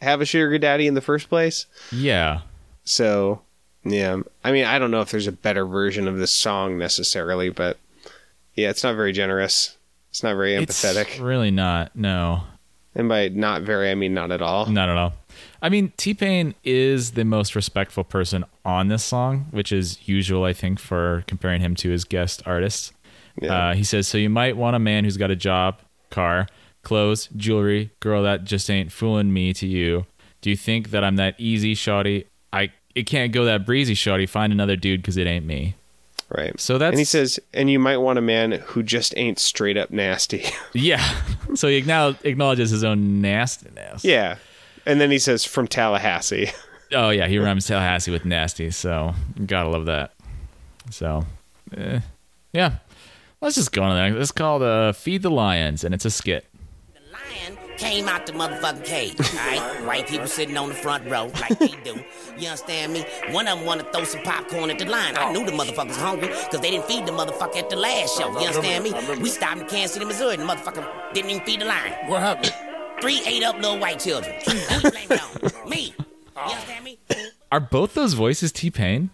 have a sugar daddy in the first place. Yeah. So yeah, I mean I don't know if there's a better version of this song necessarily, but yeah, it's not very generous. It's not very empathetic. It's really not. No, And by not very, I mean not at all. not at all. I mean, T Pain is the most respectful person on this song, which is usual, I think, for comparing him to his guest artists. Yeah. Uh, he says, So you might want a man who's got a job, car, clothes, jewelry, girl that just ain't fooling me to you. Do you think that I'm that easy, shoddy? I it can't go that breezy, shoddy. Find another dude because it ain't me. Right. So that's and he says, and you might want a man who just ain't straight up nasty. yeah. so he acknowl- acknowledges his own nastiness. yeah. And then he says, from Tallahassee. Oh yeah, he rhymes Tallahassee with nasty, so gotta love that. So, eh, yeah, let's just go on to the next. It's called uh, "Feed the Lions" and it's a skit. lion came out the motherfucking cage. All right, white people sitting on the front row like they do. You understand me? One of them want to throw some popcorn at the lion. I knew the motherfuckers hungry because they didn't feed the motherfucker at the last show. You understand me? We stopped in Kansas City, Missouri, and the motherfucker didn't even feed the lion. What happened? Three ate up little white children. Who you blame it on? Me. You understand me? Are both those voices T Pain?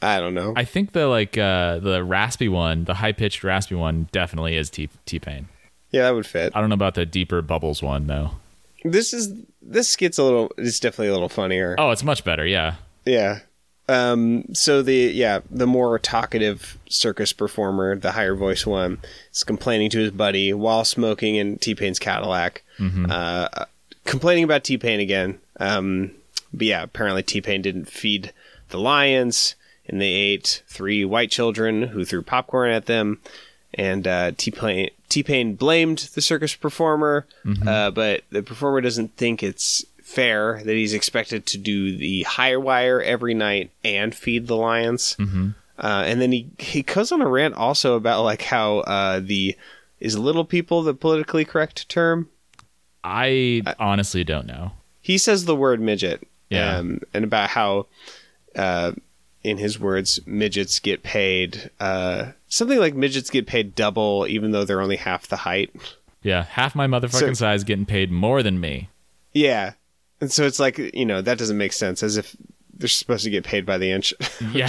I don't know. I think the like uh, the raspy one, the high pitched raspy one, definitely is T T Pain. yeah, that would fit. I don't know about the deeper bubbles one though. This is, this skits a little, it's definitely a little funnier. Oh, it's much better. Yeah, Yeah. Um, so the yeah, the more talkative circus performer, the higher voice one, is complaining to his buddy while smoking in T Pain's Cadillac, uh, complaining about T Pain again. Um, but yeah, apparently T Pain didn't feed the lions, and they ate three white children who threw popcorn at them. And uh, T Pain T Pain blamed the circus performer, uh, but the performer doesn't think it's fair that he's expected to do the high wire every night and feed the lions. Uh, and then he he goes on a rant also about like how uh, the is little people the politically correct term. I honestly don't know. He says the word midget, Yeah. um, and about how, uh, in his words, midgets get paid uh, something like midgets get paid double even though they're only half the height. Yeah, half my motherfucking So- size getting paid more than me. Yeah, and so it's like you know that doesn't make sense as if they're supposed to get paid by the inch. Yeah.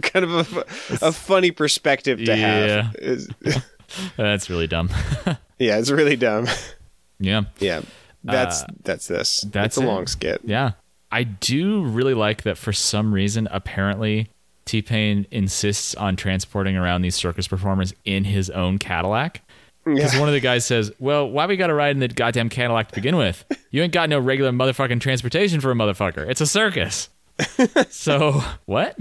kind of a, fu- a funny perspective to Yeah. have. It's- That's really dumb. yeah, it's really dumb. yeah. Yeah. That's that's this. Uh, that's That's a it. long skit. Yeah. I do really like that for some reason, apparently, T Pain insists on transporting around these circus performers in his own Cadillac. Because one of the guys says, Well, why we got to ride in the goddamn Cadillac to begin with? You ain't got no regular motherfucking transportation for a motherfucker. It's a circus. so, what?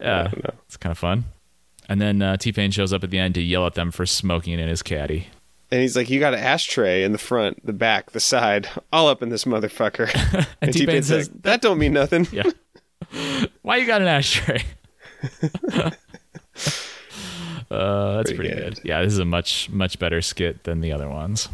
yeah. It's kind of fun. And then uh, T Pain shows up at the end to yell at them for smoking in his caddy. And he's like, "You got an ashtray in the front, the back, the side, all up in this motherfucker." and, T-Pain T-Pain says, says, "That don't mean nothing." Yeah. Why you got an ashtray? uh, that's pretty, Pretty good. good. Yeah, this is a much much better skit than the other ones.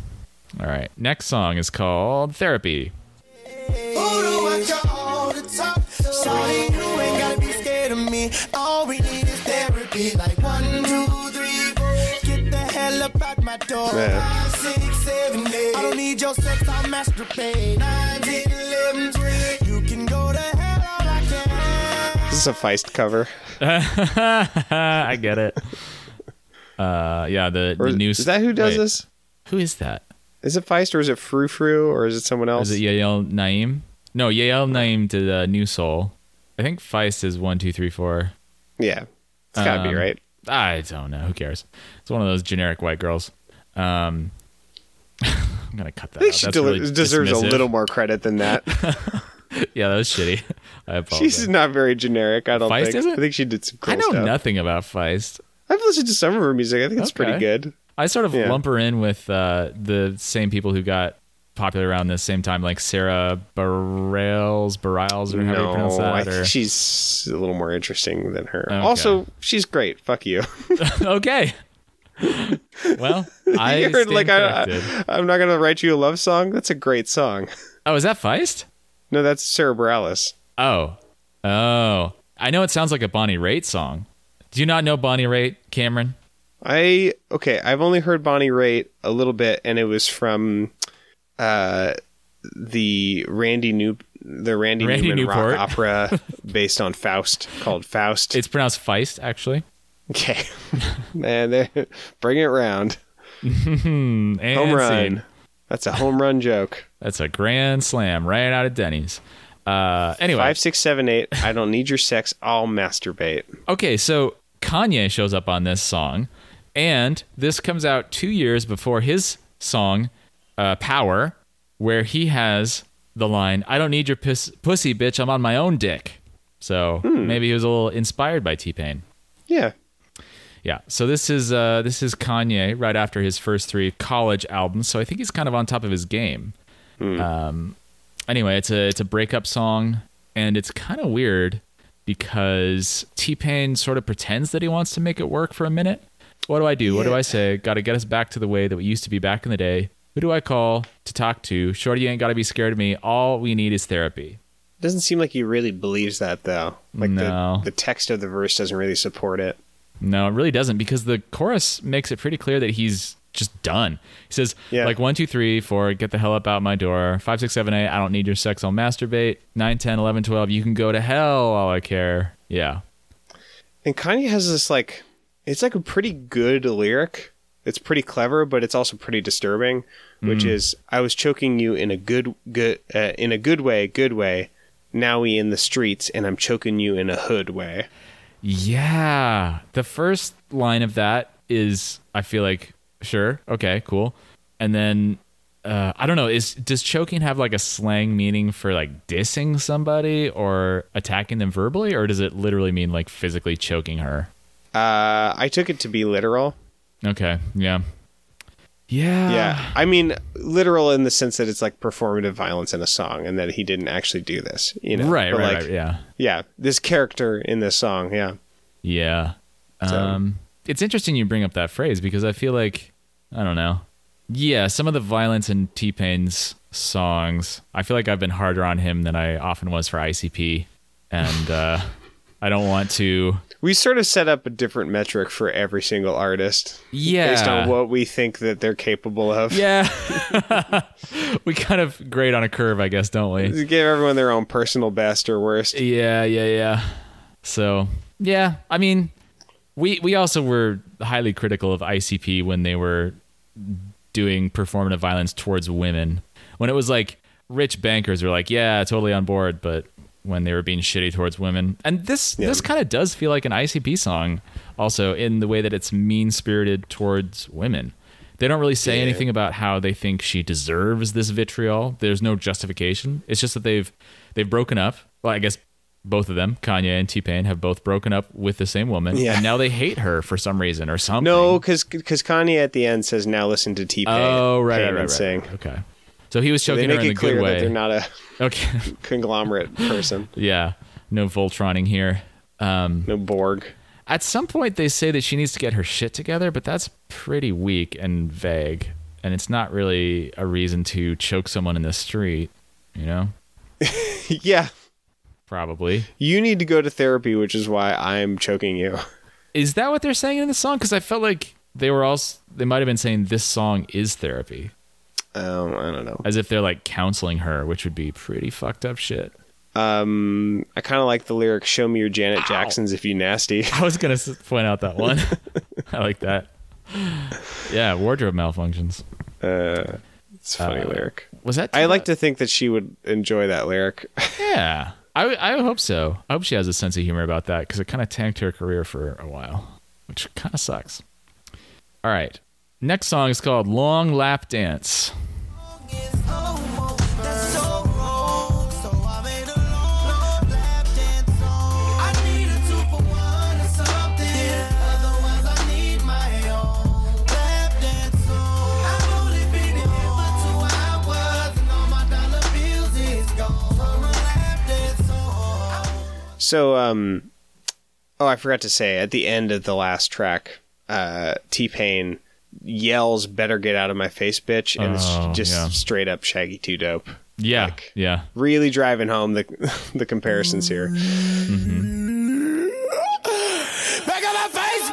All right, next song is called Therapy. Who do I call to talk? Sorry, you ain't gotta be scared of me. All we need is therapy. Like one, two, three, four. Get the hell up out my door. Yeah. Five, six, seven, eight. I don't need your sex, I'll masturbate. Nine, ten, eleven, twelve. You can go to hell all I can. This is a Feist cover. I get it. Uh, yeah, the, Or the is, new is that who does wait, this? Who is that? Is it Feist or is it Frou Frou or is it someone else? Is it Yael Naim? No, Yael Naim did uh, New Soul. I think Feist is one, two, three, four. yeah, it's gotta be Um, right. I don't know. Who cares? It's one of those generic white girls. Um, I'm gonna cut that. I think out. she That's del- really deserves a dismissive. little more credit than that. Yeah, that was shitty. I apologize. She's not very generic. I don't Feist think. isn't? I think she did some. Cool I know stuff. nothing about Feist. I've listened to some of her music. I think it's Okay. pretty good. I sort of Yeah. lump her in with uh, the same people who got popular around the same time, like Sarah Bareilles, Bareilles, or however you pronounce that. I or- think she's a little more interesting than her. Okay. Also, she's great. Fuck you. okay. well, I You're stand like I, corrected. I, I'm not gonna write you a love song. That's a great song. oh, is that Feist? No, that's Sarah Bareilles. Oh, oh, I know. It sounds like a Bonnie Raitt song. Do you not know Bonnie Raitt, Cameron? I okay. I've only heard Bonnie Raitt a little bit, and it was from uh, the Randy New the Randy, Randy Newman Newport. rock opera based on Faust called Faust. It's pronounced Feist, actually. okay, man, they're- bring it round. Hmm, and Home scene. run. That's a home run joke. That's a grand slam right out of Denny's. Uh, anyway, Five, six, seven, eight. I don't need your sex. I'll masturbate. okay, so Kanye shows up on this song, and this comes out two years before his song, uh, Power, where he has the line, I don't need your piss- pussy, bitch, I'm on my own dick. So Hmm. maybe he was a little inspired by T Pain. Yeah. Yeah. So this is uh, this is Kanye right after his first three college albums. So I think he's kind of on top of his game. Um, anyway, it's a it's a breakup song, and it's kind of weird because T Pain sort of pretends that he wants to make it work for a minute. What do I do? What do I say? Got to get us back to the way that we used to be back in the day. Who do I call to talk to? Shorty ain't got to be scared of me. All we need is therapy. Doesn't seem like he really believes that though. Like No. the, the text of the verse doesn't really support it. No, it really doesn't because the chorus makes it pretty clear that he's just done. He says, Yeah. like, one, two, three, four, get the hell up out my door. Five, six, seven, eight, I don't need your sex, I'll masturbate. Nine, ten, eleven, twelve, you can go to hell, all I care. Yeah. And Kanye has this like it's like a pretty good lyric. It's pretty clever, but it's also pretty disturbing, which Hmm. is I was choking you in a good good uh, in a good way, good way. Now we in the streets and I'm choking you in a hood way. Yeah. The first line of that is, I feel like, sure, okay, cool. And then uh, I don't know. Is does choking have like a slang meaning for like dissing somebody or attacking them verbally, or does it literally mean like physically choking her? Uh, I took it to be literal. Okay, yeah, yeah, Yeah. I mean, literal in the sense that it's like performative violence in a song and that he didn't actually do this, you know? Right, But, right, like, right, yeah. Yeah. This character in this song. Yeah. Yeah. Um, it's interesting you bring up that phrase because I feel like, I don't know. Yeah, some of the violence in T Pain's songs, I feel like I've been harder on him than I often was for ICP. And uh, I don't want to. We sort of set up a different metric for every single artist Yeah. based on what we think that they're capable of. Yeah. we kind of grade on a curve, I guess, don't we? Give everyone their own personal best or worst. Yeah, yeah, yeah. So yeah, I mean, we we also were highly critical of ICP when they were doing performative violence towards women. When it was like rich bankers were like, yeah, totally on board, but when they were being shitty towards women, and this this kind of does feel like an ICP song, also in the way that it's mean spirited towards women. They don't really say anything about how they think she deserves this vitriol. There's no justification. It's just that they've they've broken up. Well, I guess both of them, Kanye and T Pain, have both broken up with the same woman, Yeah. and now they hate her for some reason or something. No, because Kanye at the end says, "Now listen to T Pain." Oh, right, right, right, right. Sing. Okay. So he was They choking her make in it the clear good that they're way. not a okay. conglomerate person. yeah. No Voltroning here. Um, No Borg. at some point, they say that she needs to get her shit together, but that's pretty weak and vague. And it's not really a reason to choke someone in the street, you know? yeah, Probably. you need to go to therapy, which is why I'm choking you. Is that what they're saying in the song? Because I felt like they were all, s- they might have been saying this song is therapy, Um, I don't know. as if they're like counseling her, which would be pretty fucked up shit. Um, I kind of like the lyric "Show me your Janet Jacksons if you nasty." I was gonna s- point out that one. I like that. Yeah, wardrobe malfunctions. It's a Uh, funny lyric. Was that? I like to think that she would enjoy that lyric. Yeah, I I hope so. I hope she has a sense of humor about that because it kind of tanked her career for a while, which kind of sucks. All right, next song is called "Long Lap Dance." So, um, oh, I forgot to say at the end of the last track, uh, T Pain yells, "Better get out of my face, bitch!" and Oh, it's just yeah. straight up Shaggy Two Dope. Yeah, yeah. Really driving home the the comparisons here. Mm-hmm. Back on my face,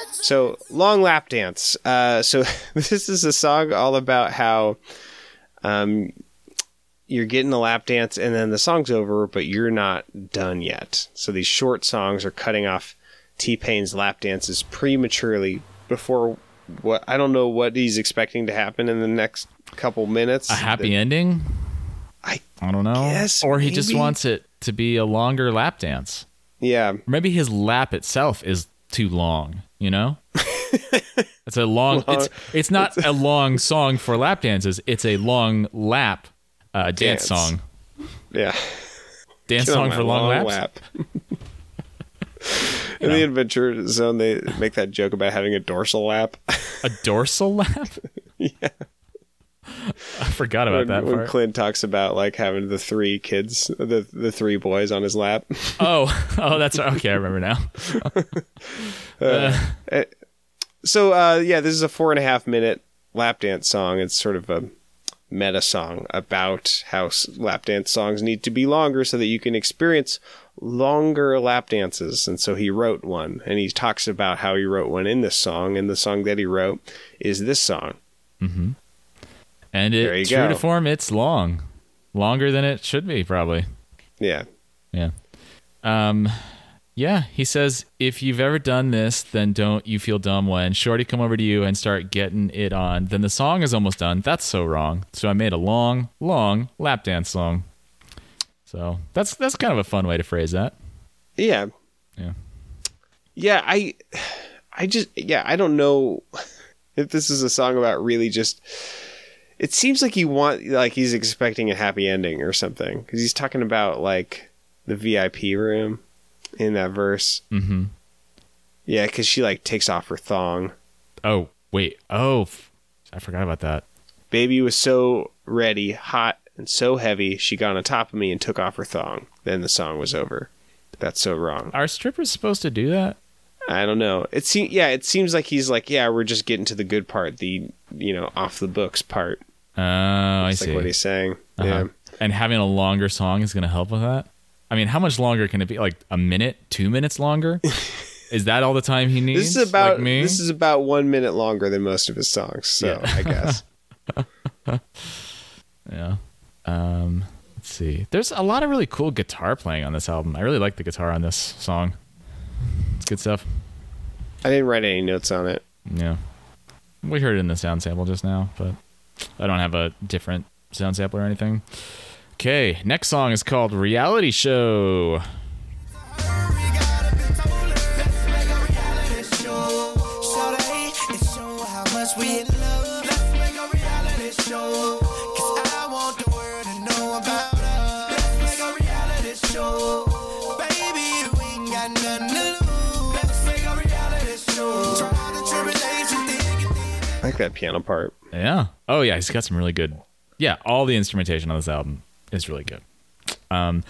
bitch! So, long lap dance. Uh, so this is a song all about how, um, you're getting a lap dance and then the song's over, but you're not done yet. So these short songs are cutting off T Pain's lap dances prematurely before what I don't know what he's expecting to happen in the next couple minutes. A happy ending. I I don't know. guess, or he just maybe? wants it to be a longer lap dance. Yeah, Or maybe his lap itself is too long you know it's a long it's it's not a long song for lap dances it's a long lap uh, dance, Dance. song yeah. dance song for long, laps In the Adventure Zone, they make that joke about having a dorsal lap. a dorsal lap yeah i forgot about when, that when part Clint talks about like having the three kids, the the three boys on his lap. oh oh that's right. okay i remember now So uh, yeah, this is a four and a half minute lap dance song. It's sort of a meta song about how s- lap dance songs need to be longer so that you can experience longer lap dances. And so he wrote one, and he talks about how he wrote one in this song, and the song that he wrote is this song. and it There you true go. to form it's long longer than it should be probably Yeah, Yeah. Um yeah, he says if you've ever done this, then don't you feel dumb when Shorty come over to you and start getting it on. Then the song is almost done. That's so wrong. So I made a long, long lap dance song. So that's that's kind of a fun way to phrase that. yeah, Yeah. yeah i i just yeah i don't know if this is a song about really just It seems like he want like he's expecting a happy ending or something because he's talking about like the VIP room in that verse. Mm-hmm. Yeah, because she like takes off her thong. Oh wait. Oh, f- I forgot about that. Baby was so ready, hot, and so heavy. She got on top of me and took off her thong. Then the song was over. That's so wrong. Are strippers supposed to do that? I don't know. It seems yeah. It seems like he's like yeah. We're just getting to the good part, the you know off the books part. Oh, I That's see. like what he's saying. Yeah. Uh-huh. And having a longer song is going to help with that. I mean, how much longer can it be? Like a minute, two minutes longer? is that all the time he needs? This is about like me. this is about one minute longer than most of his songs. So I guess yeah. Um, let's see. There's a lot of really cool guitar playing on this album. I really like the guitar on this song. It's good stuff. I didn't write any notes on it. Yeah. We heard it in the sound sample just now, but I don't have a different sound sample or anything. Okay, next song is called Reality Show. I like that piano part. Yeah. Oh yeah, he's got some really good. Yeah, all the instrumentation on this album is really good. Um,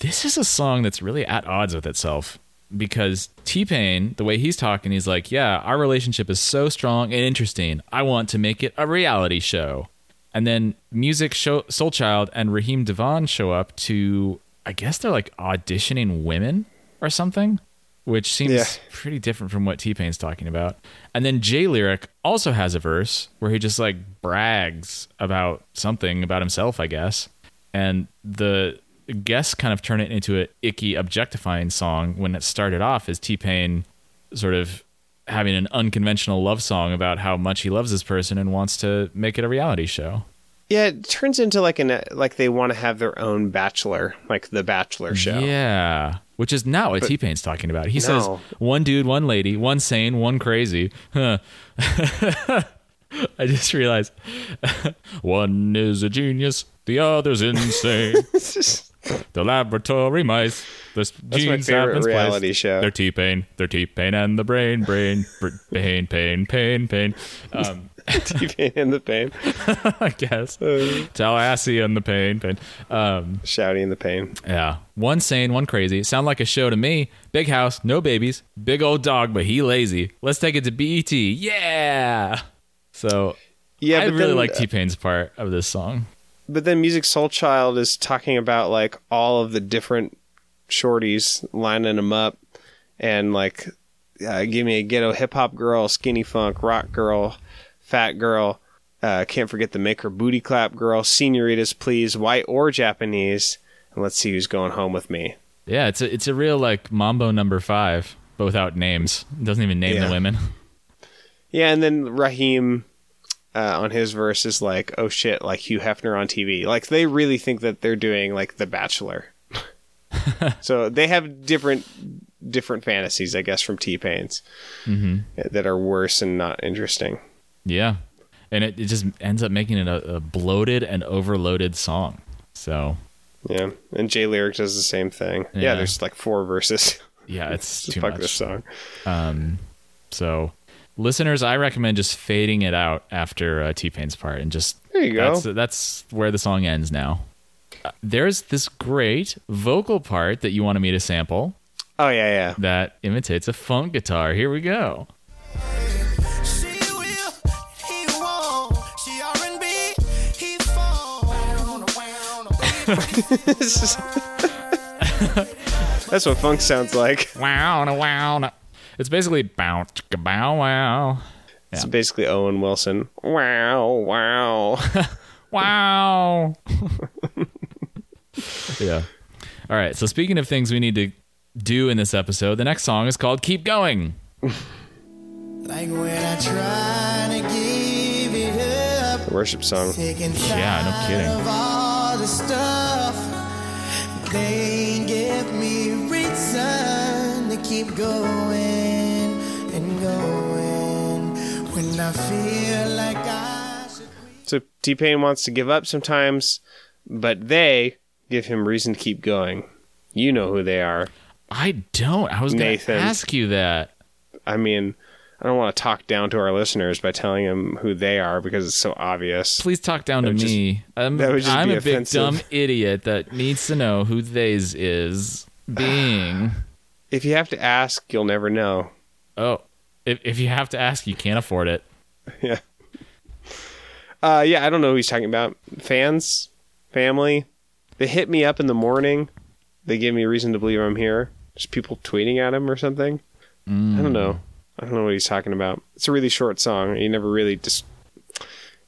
this is a song that's really at odds with itself because T Pain, the way he's talking, he's like, "Yeah, our relationship is so strong and interesting. I want to make it a reality show." And then Music show, Soul Child and Raheem Devon show up to, I guess they're like auditioning women or something, which seems Yeah. pretty different from what T Pain's talking about. And then J Lyric also has a verse where he just like brags about something about himself, I guess. And the guests kind of turn it into an icky, objectifying song when it started off as T Pain sort of having an unconventional love song about how much he loves this person and wants to make it a reality show. Yeah, it turns into like an like they want to have their own bachelor, like the Bachelor show. Yeah. Which is not what T Pain's talking about. He says No. one dude, one lady, one sane, one crazy. Huh. I just realized one is a genius, the other's insane. the laboratory mice, the s- That's my genes favorite happens reality show. They're T Pain, they're T Pain, and the brain, brain, br- pain, pain, pain, pain. Um, T-Pain and the Pain, I guess Uh. Tallahassee and the pain, pain. Um, shouting the pain. yeah. One sane, one crazy. Sound like a show to me. Big house, no babies, big old dog, but he lazy. Let's take it to BET. Yeah. So Yeah, I but really then, uh, like T Pain's part of this song. But then Music Soul Child is talking about like all of the different shorties lining them up and like uh, give me a ghetto hip hop girl, skinny funk, rock girl, fat girl. Uh, can't forget the make her booty clap girl, senoritas please, white or Japanese, and let's see who's going home with me. Yeah, it's a it's a real like Mambo number five, but without names. It doesn't even name Yeah. the women. Yeah, and then Raheem uh, on his verse is like, "Oh shit!" Like Hugh Hefner on TV. Like they really think that they're doing like The Bachelor. so they have different different fantasies, I guess, from T Pain's Mm-hmm. that are worse and not interesting. Yeah. And it, it just ends up making it a, a bloated and overloaded song. So Yeah, and Jay Lyric does the same thing. Yeah, Yeah. there's like four verses. yeah, it's too Fuck much. this song. So, listeners, I recommend just fading it out after uh, T Pain's part and just There you go. That's, that's where the song ends now. Uh, there's this great vocal part that you wanted me to sample Oh yeah, yeah. that imitates a funk guitar. Here we go. She will, he won't. She R&B, he phone. This is- That's what funk sounds like. Wow, na, wow. na. It's basically bow, chicka, bow, wow, It's basically Owen Wilson. Wow, wow. wow. yeah. All right. So speaking of things we need to do in this episode, the next song is called "Keep Going." Like when I try to give it up, Worship song. taking Yeah, no kidding. of all the stuff, they give me reason to keep going and going. When I feel like I should It's a T Pain wants to give up sometimes, but they give him reason to keep going. You know who they are. I don't. I was going to Nathan. ask you that. I mean, I don't want to talk down to our listeners by telling them who they are because it's so obvious. Please talk down to would just- me. I'm, that would just I'm be a big offensive. dumb idiot that needs to know who they's is being. If you have to ask, you'll never know. oh, if, if you have to ask, you can't afford it. yeah. Uh, yeah, I don't know who he's talking about. Fans, family. They hit me up in the morning. They give me a reason to believe I'm here. Just people tweeting at him or something. I don't know. I don't know what he's talking about. It's a really short song. He never really just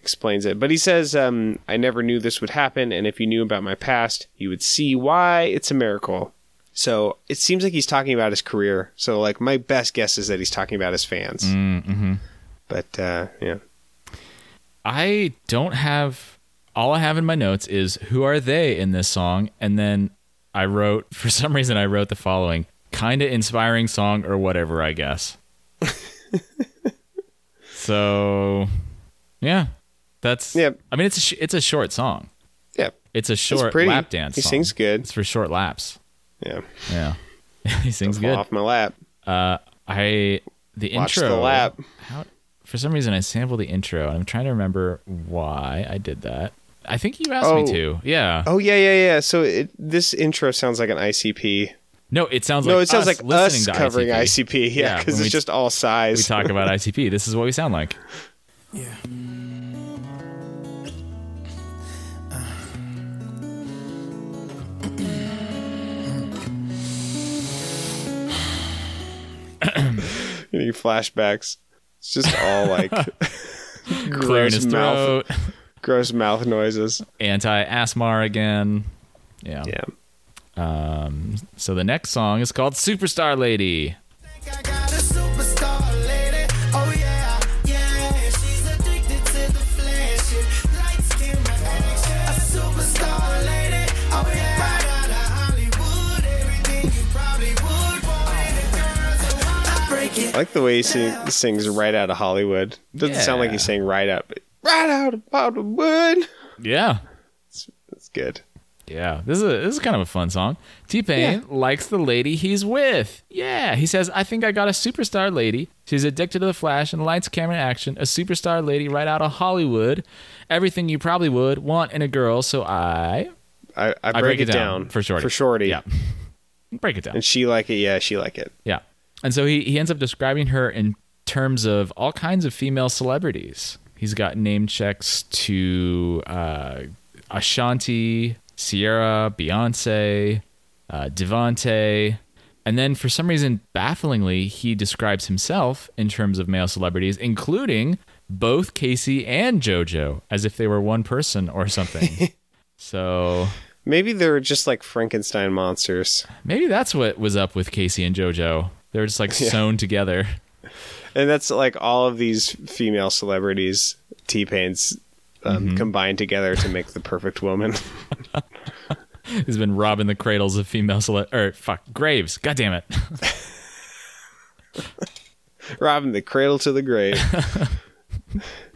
explains it. But he says, um, I never knew this would happen. And if you knew about my past, you would see why it's a miracle. So it seems like he's talking about his career. So, like, my best guess is that he's talking about his fans. But, uh, yeah. I don't have all I have in my notes is who are they in this song and then I wrote for some reason I wrote the following kind of inspiring song or whatever I guess. so yeah. That's Yep. I mean it's a sh- it's a short song. Yeah. It's a short pretty. lap dance He song. sings good. It's for short laps. Yeah. Yeah. he sings Fall good. off my lap. Uh, I the Watch intro. the lap. How, for some reason, I sampled the intro, and I'm trying to remember why I did that. I think you asked me Oh. to. Yeah. Oh yeah, yeah, yeah. So it, this intro sounds like an ICP. No, it sounds like no, it sounds us like listening us to covering ICP. Yeah, Yeah, because when we- it's just all We size. talk about ICP. This is what we sound like. Yeah. Any flashbacks. It's just all like Clearing gross his mouth, throat. gross mouth noises. Anti Asmar again. Yeah. Yeah. So the next song is called Superstar Lady. think I got a superstar lady. Oh yeah, yeah. She's addicted to the flesh. Light skin reaction. A superstar lady. Oh yeah. Right out of Hollywood. Everything you probably would want. And the girls are wild. I break it I like the way he sing, sings right out of Hollywood. Doesn't sound like Yeah. he's saying right out, but right out of Hollywood. Yeah. That's good. Yeah, this is a, this is kind of a fun song. T Pain likes the lady he's with. Yeah, he says, "I think I got a superstar lady. She's addicted to the flash and lights, camera, and action. A superstar lady right out of Hollywood. Everything you probably would want in a girl. So I I, I, break, it down, for shorty. For shorty. Yeah, break it down. And she like it. Yeah, she like it. Yeah, and so he he ends up describing her in terms of all kinds of female celebrities. He's got name checks to uh, Ashanti, Sierra, Beyonce, uh, Devante. And then, for some reason, bafflingly, he describes himself in terms of male celebrities, including both Casey and JoJo, as if they were one person or something. so Maybe they're just like Frankenstein monsters. maybe that's what was up with Casey and JoJo. They were just like sewn together. and that's like all of these female celebrities T Pain's um, Mm-hmm. combined together to make the perfect woman. He's been robbing the cradles of female cele- or fuck graves. God damn it. Robbing the cradle to the grave.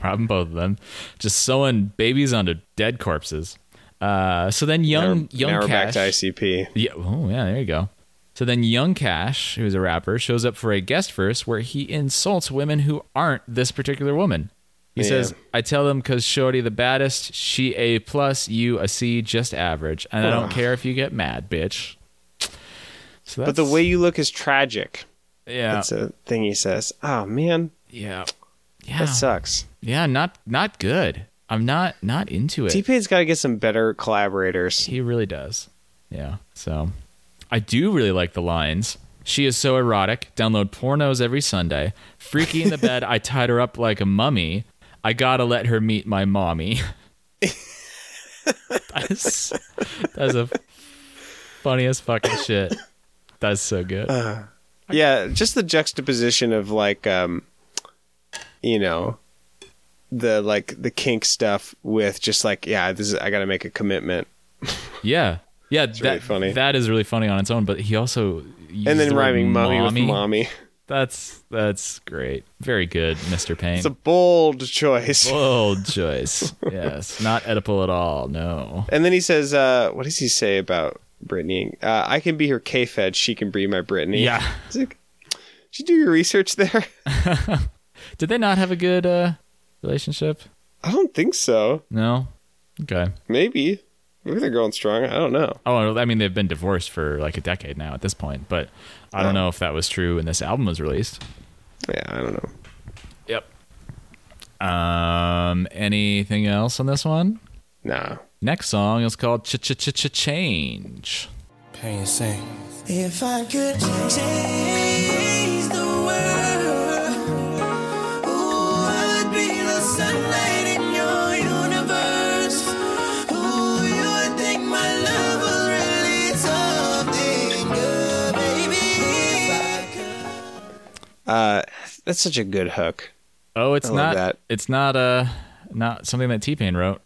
robbing both of them. Just sewing babies onto dead corpses. Uh, so then young young now we're Cash. back to ICP. Yeah. Oh yeah. There you go. So then young Cash, who's a rapper, shows up for a guest verse where he insults women who aren't this particular woman. He Yeah. says, "I tell them because Shorty the baddest, she a plus, you a C, just average, and I don't care if you get mad, bitch." So that's, But the way you look is tragic. yeah, That's a thing he says. Oh man, yeah, yeah, that sucks. Yeah, not not good. I'm not not into it. T Pain's got to get some better collaborators. He really does. Yeah. So I do really like the lines. She is so erotic. Download pornos every Sunday. Freaky in the bed. I tied her up like a mummy. I gotta let her meet my mommy. that's that's a funniest fucking shit. That's so good. Uh, Yeah, just the juxtaposition of like, um, you know, the like the kink stuff with just like, yeah, this is I got to make a commitment. Yeah. Yeah, that, really funny. that is really funny on its own, but he also and uses then the word rhyming mummy, mommy. with mommy. That's that's great. Very good, Mr. Payne. It's a bold choice. bold choice. Yes, not edible at all. No. And then he says, uh, "What does he say about Brittany? Uh, I can be her K-fed. She can be my Brittany." Yeah. It's like, did you do your research there? Did they not have a good uh, relationship? I don't think so. No. Okay. Maybe. Maybe they're going strong. I don't know. Oh, I mean, they've been divorced for like a decade now at this point, but I don't know if that was true when this album was released. Yeah, I don't know. Yep. Um. Anything else on this one? Nah. Next song is called Ch Ch Ch Ch Change. Pain sing. If I could change the world, who would be the sunlight in your universe? Who you would think my love was really something good, baby? Uh, that's such a good hook. Oh, it's I love not. that. It's not uh not something that T Pain wrote.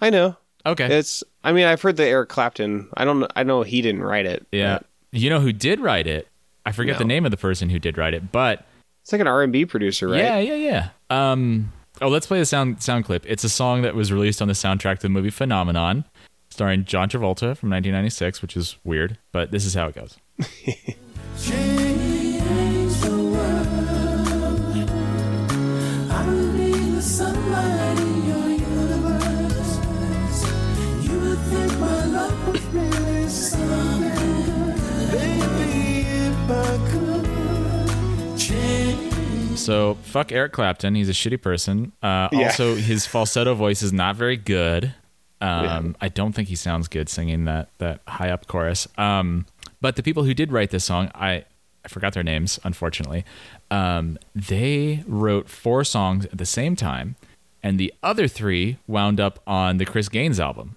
I know. Okay. It's. I mean, I've heard the Eric Clapton. I don't. I know he didn't write it. yeah. but You know who did write it? I forget the No. name of the person who did write it, but It's like an R and B producer, right? yeah, yeah, yeah. Um. Oh, let's play the sound sound clip. It's a song that was released on the soundtrack to the movie Phenomenon, starring John Travolta from 1996, which is weird, but this is how it goes. So fuck Eric Clapton. He's a shitty person. Uh, Yeah. Also, his falsetto voice is not very good. Um, I don't think he sounds good singing that that high up chorus. Um, but the people who did write this song, I I forgot their names, unfortunately. Um, they wrote four songs at the same time, and the other three wound up on the Chris Gaines album.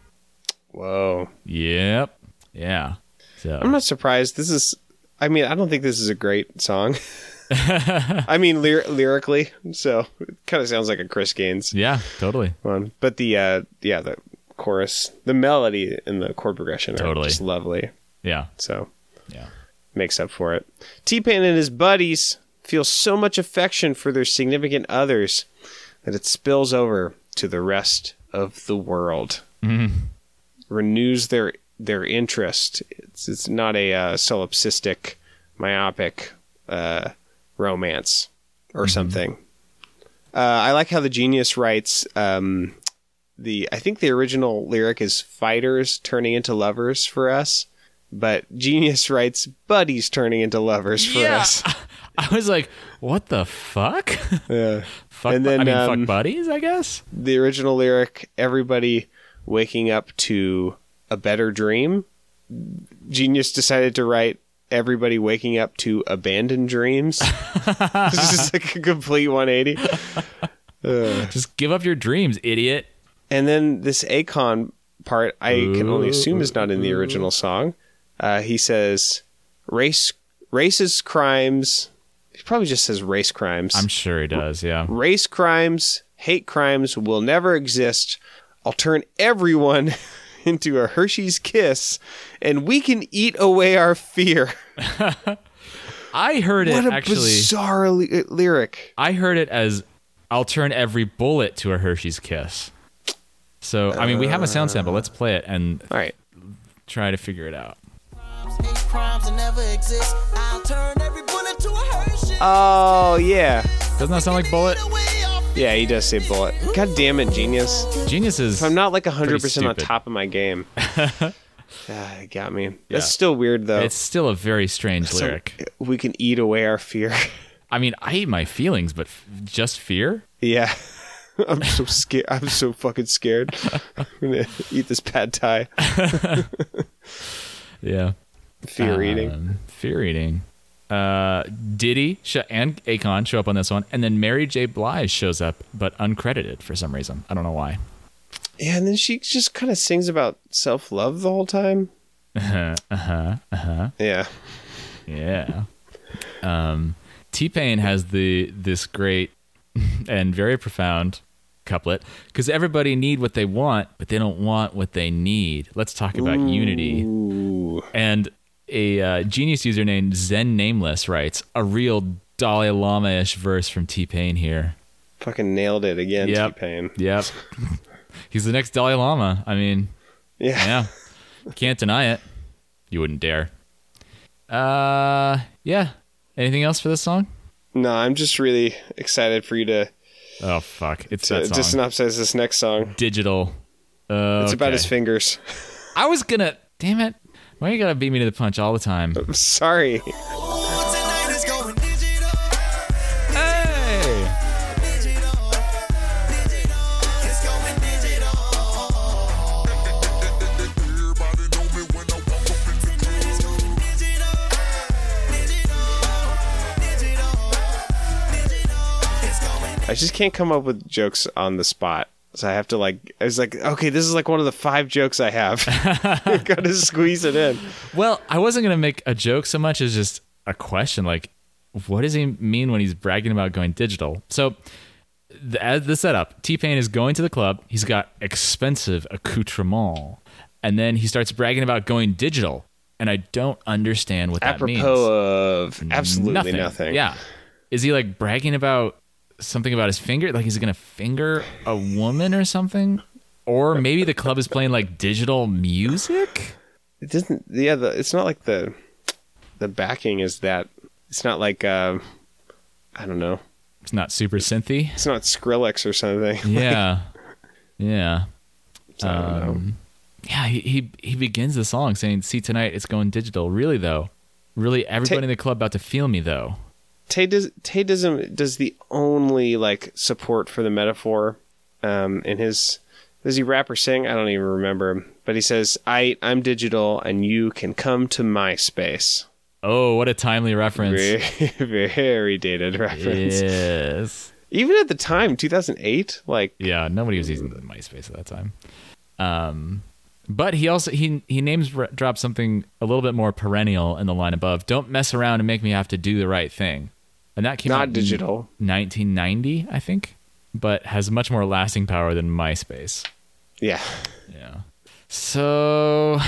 Whoa. Yep. Yeah. So I'm not surprised. This is. I mean, I don't think this is a great song. I mean, lyr- lyrically, so it kind of sounds like a Chris Gaines yeah, totally. one. But the uh, yeah, the chorus, the melody, and the chord progression are Totally. just lovely. Yeah. So Yeah. makes up for it. T Pain and his buddies feel so much affection for their significant others that it spills over to the rest of the world. Renews their their interest. It's it's not a uh, solipsistic, myopic uh, romance or something. Uh, I like how the genius writes. Um, the I think the original lyric is "fighters turning into lovers for us," but genius writes "buddies turning into lovers for Yeah. us." I was like, what the fuck? Yeah. Fuck, And bu- then, I mean, um, fuck buddies, I guess. the original lyric everybody waking up to a better dream genius decided to write everybody waking up to abandoned dreams this is like a complete 180 Ugh. Just give up your dreams, idiot. and then this akon part i can only assume is not in the original song uh, he says race races crimes he probably just says race crimes I'm sure he does. Yeah. race crimes, hate crimes will never exist. I'll turn everyone into a Hershey's kiss, and we can eat away our fear. I heard What it a actually. bizarre ly- uh, lyric! I heard it as, "I'll turn every bullet to a Hershey's kiss." So I mean, we have a sound sample. Let's play it and All right, try to figure it out. Hate crimes that never exist. I'll turn every bullet to a Hershey. oh yeah, Doesn't that sound like bullet? yeah, he does say bullet. God damn it, genius! Genius is. I'm not like hundred percent on stupid. top of my game. Ah, it got me. Yeah. That's still weird though. It's still a very strange So, uh, lyric. we can eat away our fear. I mean, I hate my feelings, but f- just fear. yeah. I'm so scared. I'm so fucking scared. I'm gonna eat this pad thai. Yeah. Fear eating. Um, fear eating. Uh, Diddy sh- and Akon show up on this one, and then Mary J. Blige shows up, but uncredited for some reason. I don't know why. Yeah, and then she just kind of sings about self love the whole time. Uh-huh, Uh huh. Uh huh. Yeah. Yeah. Um, T Pain has the this great and very profound couplet because everybody need what they want, but they don't want what they need. Let's talk about unity. Ooh. And a uh, genius user named Zen Nameless writes a real Dalai Lama ish verse from T Pain here. Fucking nailed it again, Yep. T-Pain. Yep. He's the next Dalai Lama. I mean, Yeah. yeah. Can't deny it. You wouldn't dare. Uh, yeah. Anything else for this song? No, I'm just really excited for you to, Oh fuck! It's to that song. synopsize this next song. Digital. Uh, It's about his fingers. I was gonna. Damn it! Why you gotta beat me to the punch all the time? I'm sorry. Tonight is going digital. Hey! Digital. Digital. It's going digital. Everybody know me when I walk up in the club. It's going digital. Digital. Digital. Digital. It's going I just can't come up with jokes on the spot. So I have to like, I was like, okay, this is like one of the five jokes I have. Gotta squeeze it in. Well, I wasn't gonna make a joke so much as just a question, like, what does he mean when he's bragging about going digital? So, the, as the setup, T Pain is going to the club. He's got expensive accoutrement, and then he starts bragging about going digital. And I don't understand what that means. Apropos of absolutely nothing. Yeah. Is he like bragging about something about his finger? Like he's gonna finger a woman or something? Or maybe the club is playing like digital music? It doesn't, yeah, the, it's not like the, the backing is that, it's not like, uh, I don't know. It's not super synthy. It's not Skrillex or something. Yeah. Yeah. Um, So I don't know. Yeah, he, he he begins the song saying, See tonight it's going digital. Really though. Really everybody Ta- in the club about to feel me though. Tatis- Tatism does the only like support for the metaphor um, in his. Does he rap or sing? I don't even remember him. But he says, "I I'm digital, and you can come to my space." Oh, what a timely reference. Very, very dated reference. Yes. Even at the time, 2008, like Yeah, nobody was using MySpace at that time. Um, but he also he he names drops something a little bit more perennial in the line above. Don't mess around and make me have to do the right thing. And that came out not in digital. 1990, I think, but has much more lasting power than MySpace. Yeah, Yeah. So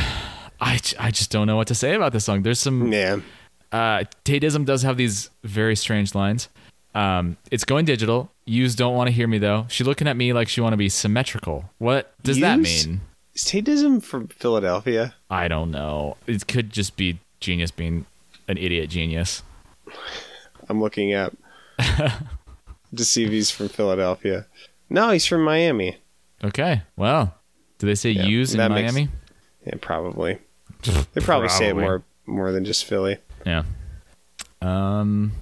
I j- I just don't know what to say about this song. There's some yeah. uh, Tatism does have these very strange lines. Um, it's going digital. Yous don't want to hear me though. She looking at me like she want to be symmetrical. What does that Yous? mean? Is Tatism from Philadelphia? I don't know. It could just be genius being an idiot genius. I'm looking up to see if he's from Philadelphia. No, he's from Miami. Okay. Well, do they say yous in that makes- Miami? Yeah, probably. They probably say it Probably. more more than just Philly. Yeah. Um.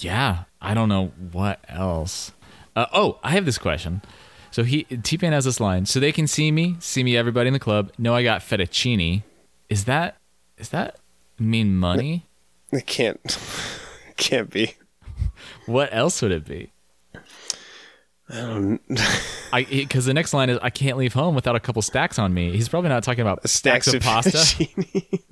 Yeah. I don't know what else. Uh, oh, I have this question. So he T Pain has this line. So they can see me, see me everybody in the club. No, I got fettuccine. Is that is that mean money? It can't can't be. What else would it be? Um, I because the next line is I can't leave home without a couple stacks on me. He's probably not talking about Stacks stacks, of, of pasta. fettuccine.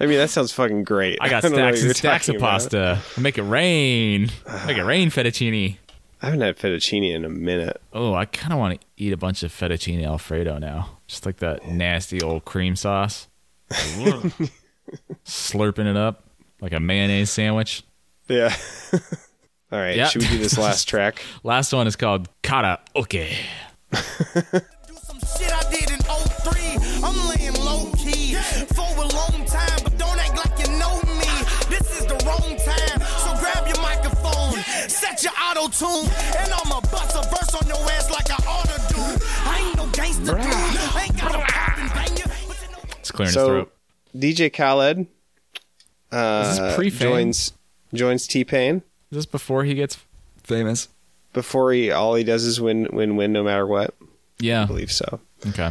I mean, that sounds fucking great. I got don't know what stacks you're and stacks talking of about. pasta. Make it rain. Make it rain fettuccine. I haven't had fettuccine in a minute. Oh, I kind of want to eat a bunch of fettuccine alfredo now. Just like that nasty old cream sauce. Slurping it up like a mayonnaise sandwich. Yeah. All right. Yeah. Should we do this last track? Last one is called Kara Oke. Do some shit I did in 03. I'm laying low key for a long time, but don't act like you know me. This is the wrong time, so grab your microphone, set your auto tune, and I'ma bust a verse on your ass like I oughta do. I ain't no gangster dude, ain't got a fucking banger. but you know- It's clearing his so throat. DJ Khaled is uh, pre-fame. joins joins T Pain Is this before he gets famous? before he all he does is win win win no matter what. Yeah. I believe so. Okay.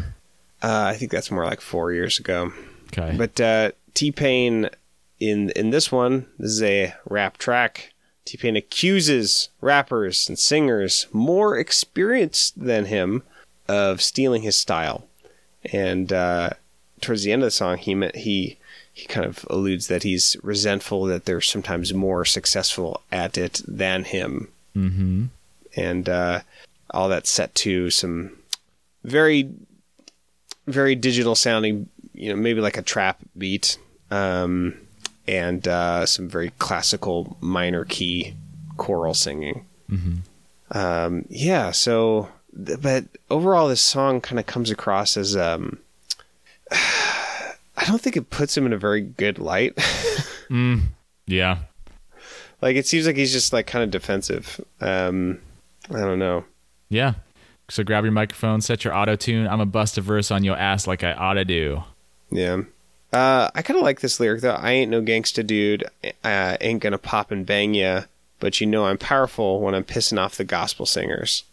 Uh, I think that's more like four years ago. Okay. But uh, T Pain in in this one, this is a rap track. T Pain accuses rappers and singers more experienced than him of stealing his style, and uh, towards the end of the song, he me- he he kind of alludes that he's resentful that they're sometimes more successful at it than him, mm-hmm. and uh, all that's set to some very very digital sounding you know maybe like a trap beat um and uh, some very classical minor key choral singing. Um, yeah, so th- but overall, this song kind of comes across as um, I don't think it puts him in a very good light. Yeah. like it seems like he's just like kind of defensive. Um, I don't know. Yeah. So grab your microphone, set your auto tune. I'm a bust a verse on your ass like I oughta do. Yeah. Uh, I kind of like this lyric though. I ain't no gangsta dude. I ain't gonna pop and bang ya, but you know I'm powerful when I'm pissing off the gospel singers.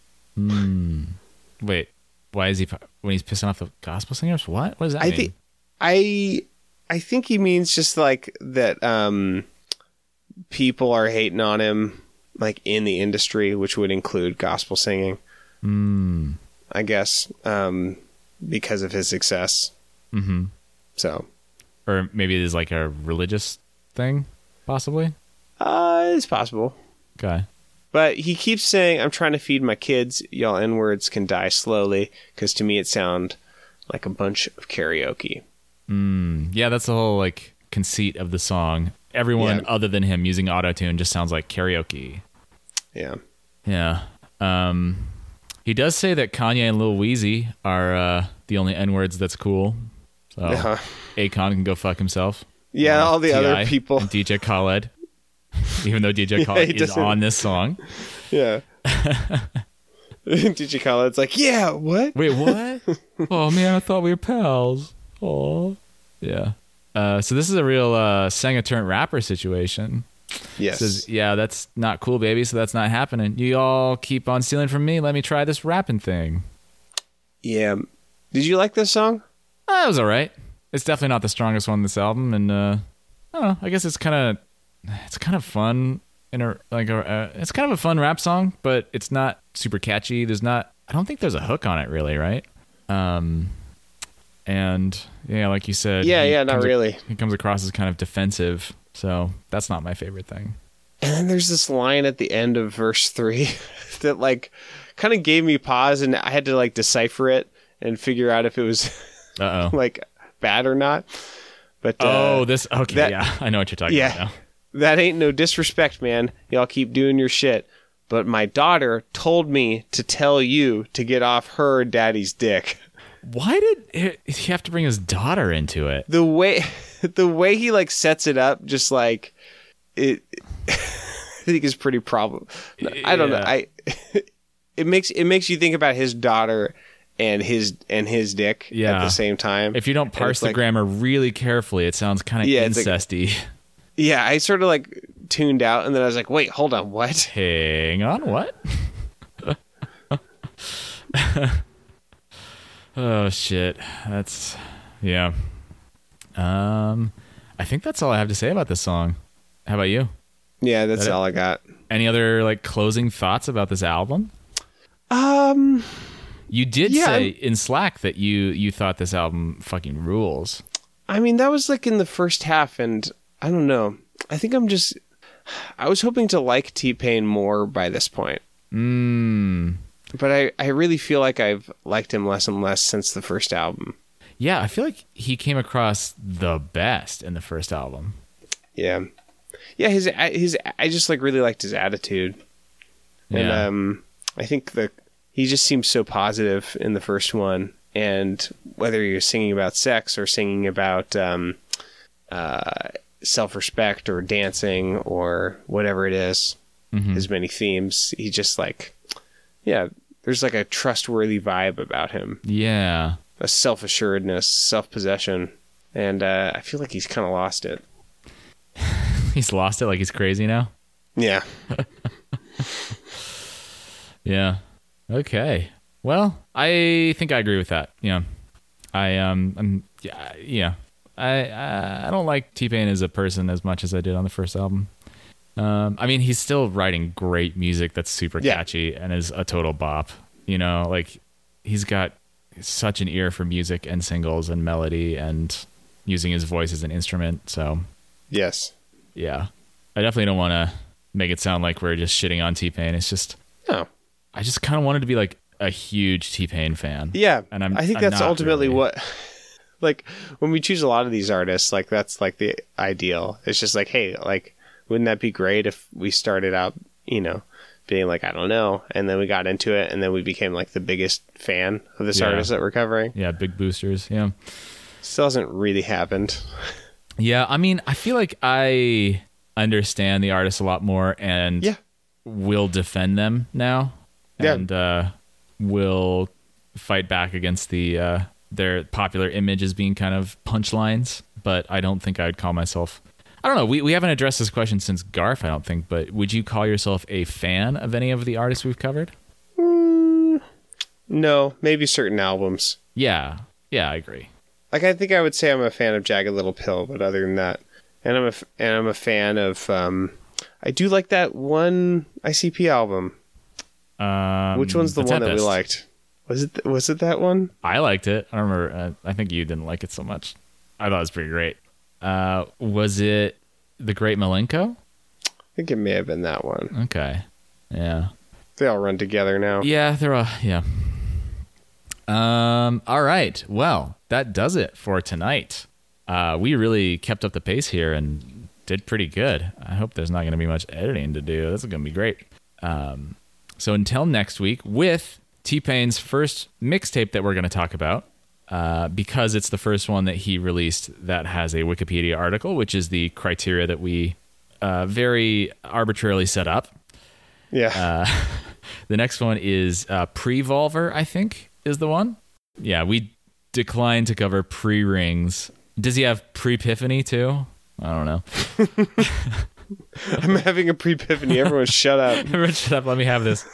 Wait, why is he when he's pissing off the gospel singers? What? What does that I mean? think I I think he means just like that. Um, people are hating on him, like in the industry, which would include gospel singing. I guess um, because of his success. Mhm. So or maybe it is like a religious thing, possibly. uh, it's possible. Okay. But he keeps saying, I'm trying to feed my kids. Y'all N words can die slowly. Because to me, it sound like a bunch of karaoke. Yeah, that's the whole like conceit of the song. Everyone Yeah. other than him using auto tune just sounds like karaoke. Yeah. Yeah. Um, he does say that Kanye and Lil Weezy are uh, the only N words that's cool. So Uh-huh. Akon can go fuck himself. Yeah, all the T.I. other people. and DJ Khaled. Even though DJ Khaled he is doesn't- on this song. Yeah. DJ Khaled's like, yeah, what? Wait, what? oh man, I thought we were pals. Oh, yeah. Uh, so this is a real uh, singer turned rapper situation. Yes. Says, yeah, that's not cool, baby. So that's not happening. You all keep on stealing from me. Let me try this rapping thing. yeah. Did you like this song? That Uh, was all right. It's definitely not the strongest one on this album, and uh, I don't know. I guess it's kind of it's kind of fun in a like a uh, it's kind of a fun rap song, but it's not super catchy. There's not I don't think there's a hook on it really, right? Um, and yeah, like you said, Yeah, he yeah, not Mm-hmm. comes ac- really. he comes across as kind of defensive, so that's not my favorite thing. And then there's this line at the end of verse three that, like, kind of gave me pause and I had to, like, decipher it and figure out if it was, Uh oh. like, bad or not. But, uh, Oh, this okay. that- yeah, I know what you're talking Yeah. about now. That ain't no disrespect, man. Y'all keep doing your shit. But my daughter told me to tell you to get off her daddy's dick. Why did he- he have to bring his daughter into it? The way the way he like sets it up just like it I think is pretty problem. I don't know. Yeah. I it makes it makes you think about his daughter and his and his dick at Yeah. the same time. If you don't And parse it's the like- grammar really carefully, it sounds kind of Yeah, it's like- incesty. Yeah, I sort of like tuned out and then I was like, "Wait, hold on, what?" Hang on, what? oh shit, that's yeah. Um, I think that's all I have to say about this song. How about you? Yeah, that's all I got. Any other like closing thoughts about this album? Um You did Yeah, say I'm- in Slack that you you thought this album fucking rules. I mean, that was like in the first half, and I don't know. I think I'm just. I was hoping to like T Pain more by this point, Mm. but I, I really feel like I've liked him less and less since the first album. Yeah, I feel like he came across the best in the first album. Yeah, yeah. His his I just like really liked his attitude, and Yeah. um, I think the he just seemed so positive in the first one, and whether you're singing about sex or singing about um, uh, self respect or dancing or whatever it is, his many themes. He just like, yeah, there's like a trustworthy vibe about him, Yeah. a self assuredness, self possession, and uh, I feel like he's kind of lost it. He's lost it like he's crazy now. Yeah, Yeah. Okay. Well, I think I agree with that. Yeah. I um I'm yeah, I- yeah. I I, I don't like T-Pain as a person as much as I did on the first album. Um I mean, he's still writing great music that's super Yeah. catchy and is a total bop. You know, like he's got such an ear for music and singles and melody and using his voice as an instrument, so yes, yeah. I definitely don't want to make it sound like we're just shitting on T-Pain. It's just no, I just kind of wanted to be like a huge T Pain fan. yeah. and I'm I think I'm that's not ultimately really. what. like when we choose a lot of these artists, like that's like the ideal. It's just like, hey, like wouldn't that be great if we started out, you know, being like I don't know, and then we got into it, and then we became like the biggest fan of this Yeah. artist that we're covering. Yeah, big boosters. Yeah. Still hasn't really happened. Yeah, I mean, I feel like I understand the artists a lot more and Yeah. will defend them now Yeah. and uh, will fight back against the uh, their popular image as being kind of punchlines. But I don't think I would call myself. I don't know. We, we haven't addressed this question since Garf, I don't think. But would you call yourself a fan of any of the artists we've covered? No, maybe certain albums. Yeah. Yeah, I agree. Like I think I would say I'm a fan of Jagged Little Pill, but other than that, and I'm a f- and I'm a fan of. um I do like that one ICP album. Um, Which one's the one that we Tempest. liked? Was it th- was it that one? I liked it. I don't remember. Uh, I think you didn't like it so much. I thought it was pretty great. Uh, was it The Great Malenko? I think it may have been that one. Okay. Yeah. They all run together now. Yeah, there are. Yeah. Um. All right. Well, that does it for tonight. Uh, we really kept up the pace here and did pretty good. I hope there's not going to be much editing to do. This is going to be great. Um. So until next week, with T Pain's first mixtape that we're going to talk about, uh, because it's the first one that he released that has a Wikipedia article, which is the criteria that we uh, very arbitrarily set up. Uh, Yeah. The next one is uh, Prevolver, I think, is the one. Yeah, we declined to cover pre rings. Does he have pre epiphany too? I don't know. I'm having a pre epiphany. Everyone shut up. Everyone shut up. Let me have this.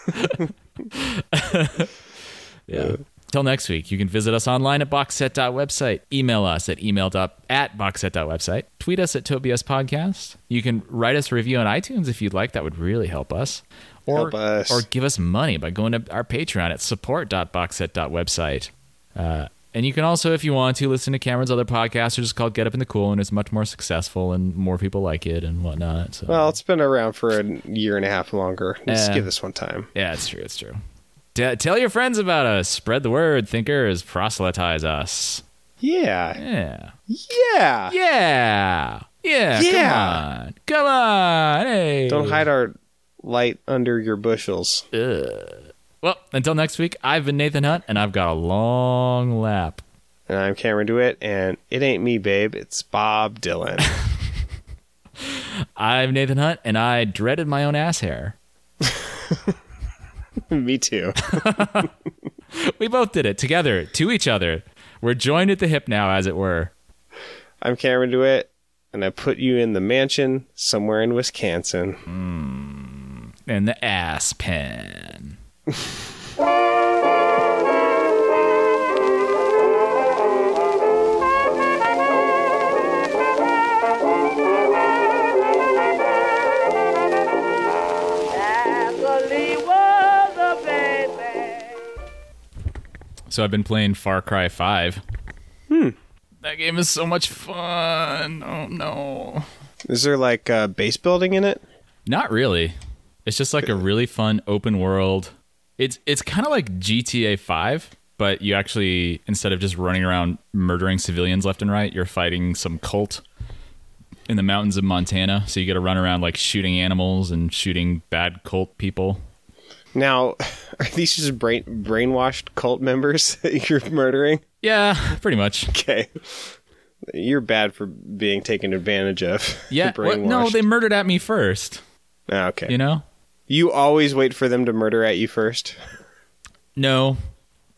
yeah. Till next week, you can visit us online at boxset.website, email us at email dot- at boxset.website, tweet us at Tobias Podcast. You can write us a review on iTunes if you'd like. That would really help us. Or, Help us. or give us money by going to our Patreon at support.boxset.website. Uh, and you can also, if you want to, listen to Cameron's other podcast, which is called Get Up in the Cool, and it's much more successful and more people like it and whatnot. So. Well, it's been around for a year and a half longer. Let's Yeah. give this one time. Yeah, it's true. It's true. T- tell your friends about us. Spread the word. Thinkers proselytize us. Yeah. Yeah. Yeah. Yeah. Yeah. Yeah. Come on. Come on. Hey. Don't hide our light under your bushels. Well, until next week, I've been Nathan Hunt, and I've got a long lap. And I'm Cameron DeWitt, and it ain't me, babe. It's Bob Dylan. I'm Nathan Hunt, and I dreaded my own ass hair. me too. We both did it together to each other. We're joined at the hip now, as it were. I'm Cameron DeWitt, and I put you in the mansion somewhere in Wisconsin. And the ass pen. So I've been playing Far Cry 5. Hmm. That game is so much fun. Oh no. Is there like uh, base building in it? Not really. It's just like a really fun open world. It's it's kind of like GTA 5, but you actually instead of just running around murdering civilians left and right, you're fighting some cult in the mountains of Montana. So you got to run around like shooting animals and shooting bad cult people. Now, are these just brain- brainwashed cult members that you're murdering? Yeah, pretty much. Okay. You're bad for being taken advantage of. Yeah. well, no, Brainwashed. they murdered at me first, Ah, okay. you know? You always wait for them to murder at you first. No.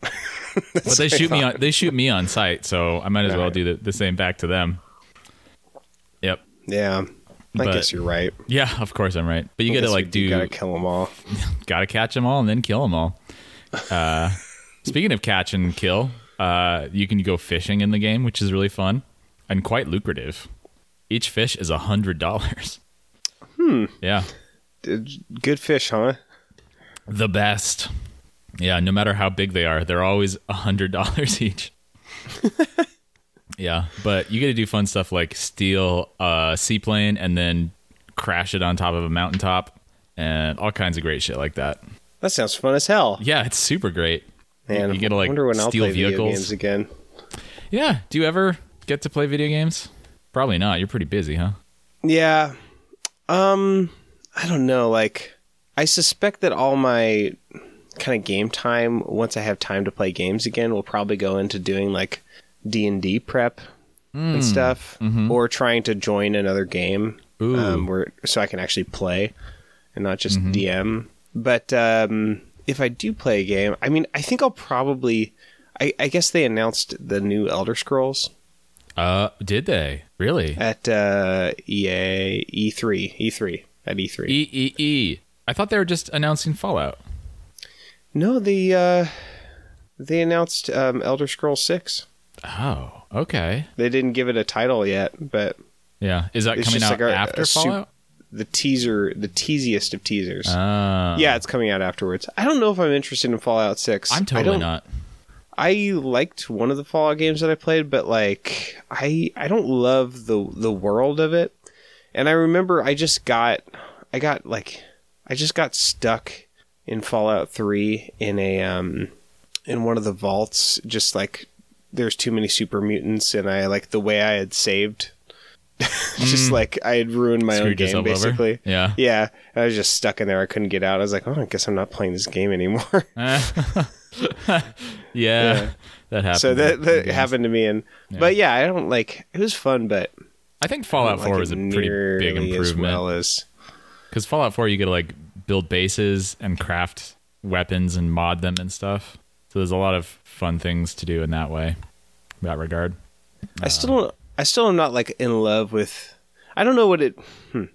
but they shoot me on they shoot me on site, so I might as well do the, the same back to them. Yep. Yeah. I But- guess you're right. Yeah, of course I'm right. But you got to Guess like we do gotta kill them all. got to catch them all and then kill them all. Uh, speaking of catch and kill, uh, you can go fishing in the game, which is really fun and quite lucrative. Each fish is a hundred dollars. Hmm. Yeah, D- Good fish, huh? the best. Yeah, no matter how big they are, they're always a hundred dollars each. yeah, but you get to do fun stuff like steal a seaplane and then crash it on top of a mountaintop and all kinds of great shit like that. That sounds fun as hell. Yeah, it's super great. Man, you get to I like wonder when I'll steal play video vehicles. games again. Yeah. Do you ever get to play video games? Probably not. You're pretty busy, huh? Yeah. Um I don't know, like I suspect that all my kind of game time once I have time to play games again will probably go into doing like D&D prep and stuff or trying to join another game Ooh. um where so I can actually play and not just DM. But um if I do play a game, I mean, I think I'll probably I, I guess they announced the new Elder Scrolls Uh, did they really? at uh, E EA E3 E3 at E3. E E E. I thought they were just announcing Fallout. no, the uh, they announced um, Elder Scrolls Six. Oh, okay. They didn't give it a title yet, but Yeah, is that it's coming just out like a, after a sup- Fallout? the teaser, the teasiest of teasers. Ah. yeah, it's coming out afterwards. I don't know if I'm interested in Fallout Six. I'm I totally don't- not. I liked one of the Fallout games that I played, but like I I don't love the the world of it. And I remember I just got I got like I just got stuck in Fallout 3 in a um in one of the vaults just like there's too many super mutants and I like the way I had saved just like I had ruined my Hmm. Screwed own game yourself over? basically. Yeah. Yeah, and I was just stuck in there. I couldn't get out. I was like, "Oh, I guess I'm not playing this game anymore." Yeah, that happened. so that, in that games. happened to me and but yeah i don't like it was fun but I think I Fallout don't like Four it was a pretty big nearly as well improvement as because Fallout Four you get to like build bases and craft weapons and mod them and stuff. So there's a lot of fun things to do in that way. In that regard. Uh, i still don't i still am not like in love with i don't know what it hmm,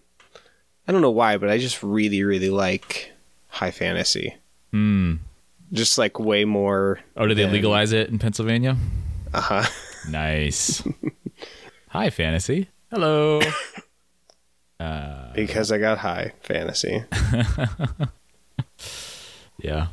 i don't know why but i just really really like high fantasy Hmm. just like way more Oh, did they than- legalize it in Pennsylvania? uh-huh Uh, Nice. Hi, fantasy. Hello. because i got high fantasy yeah.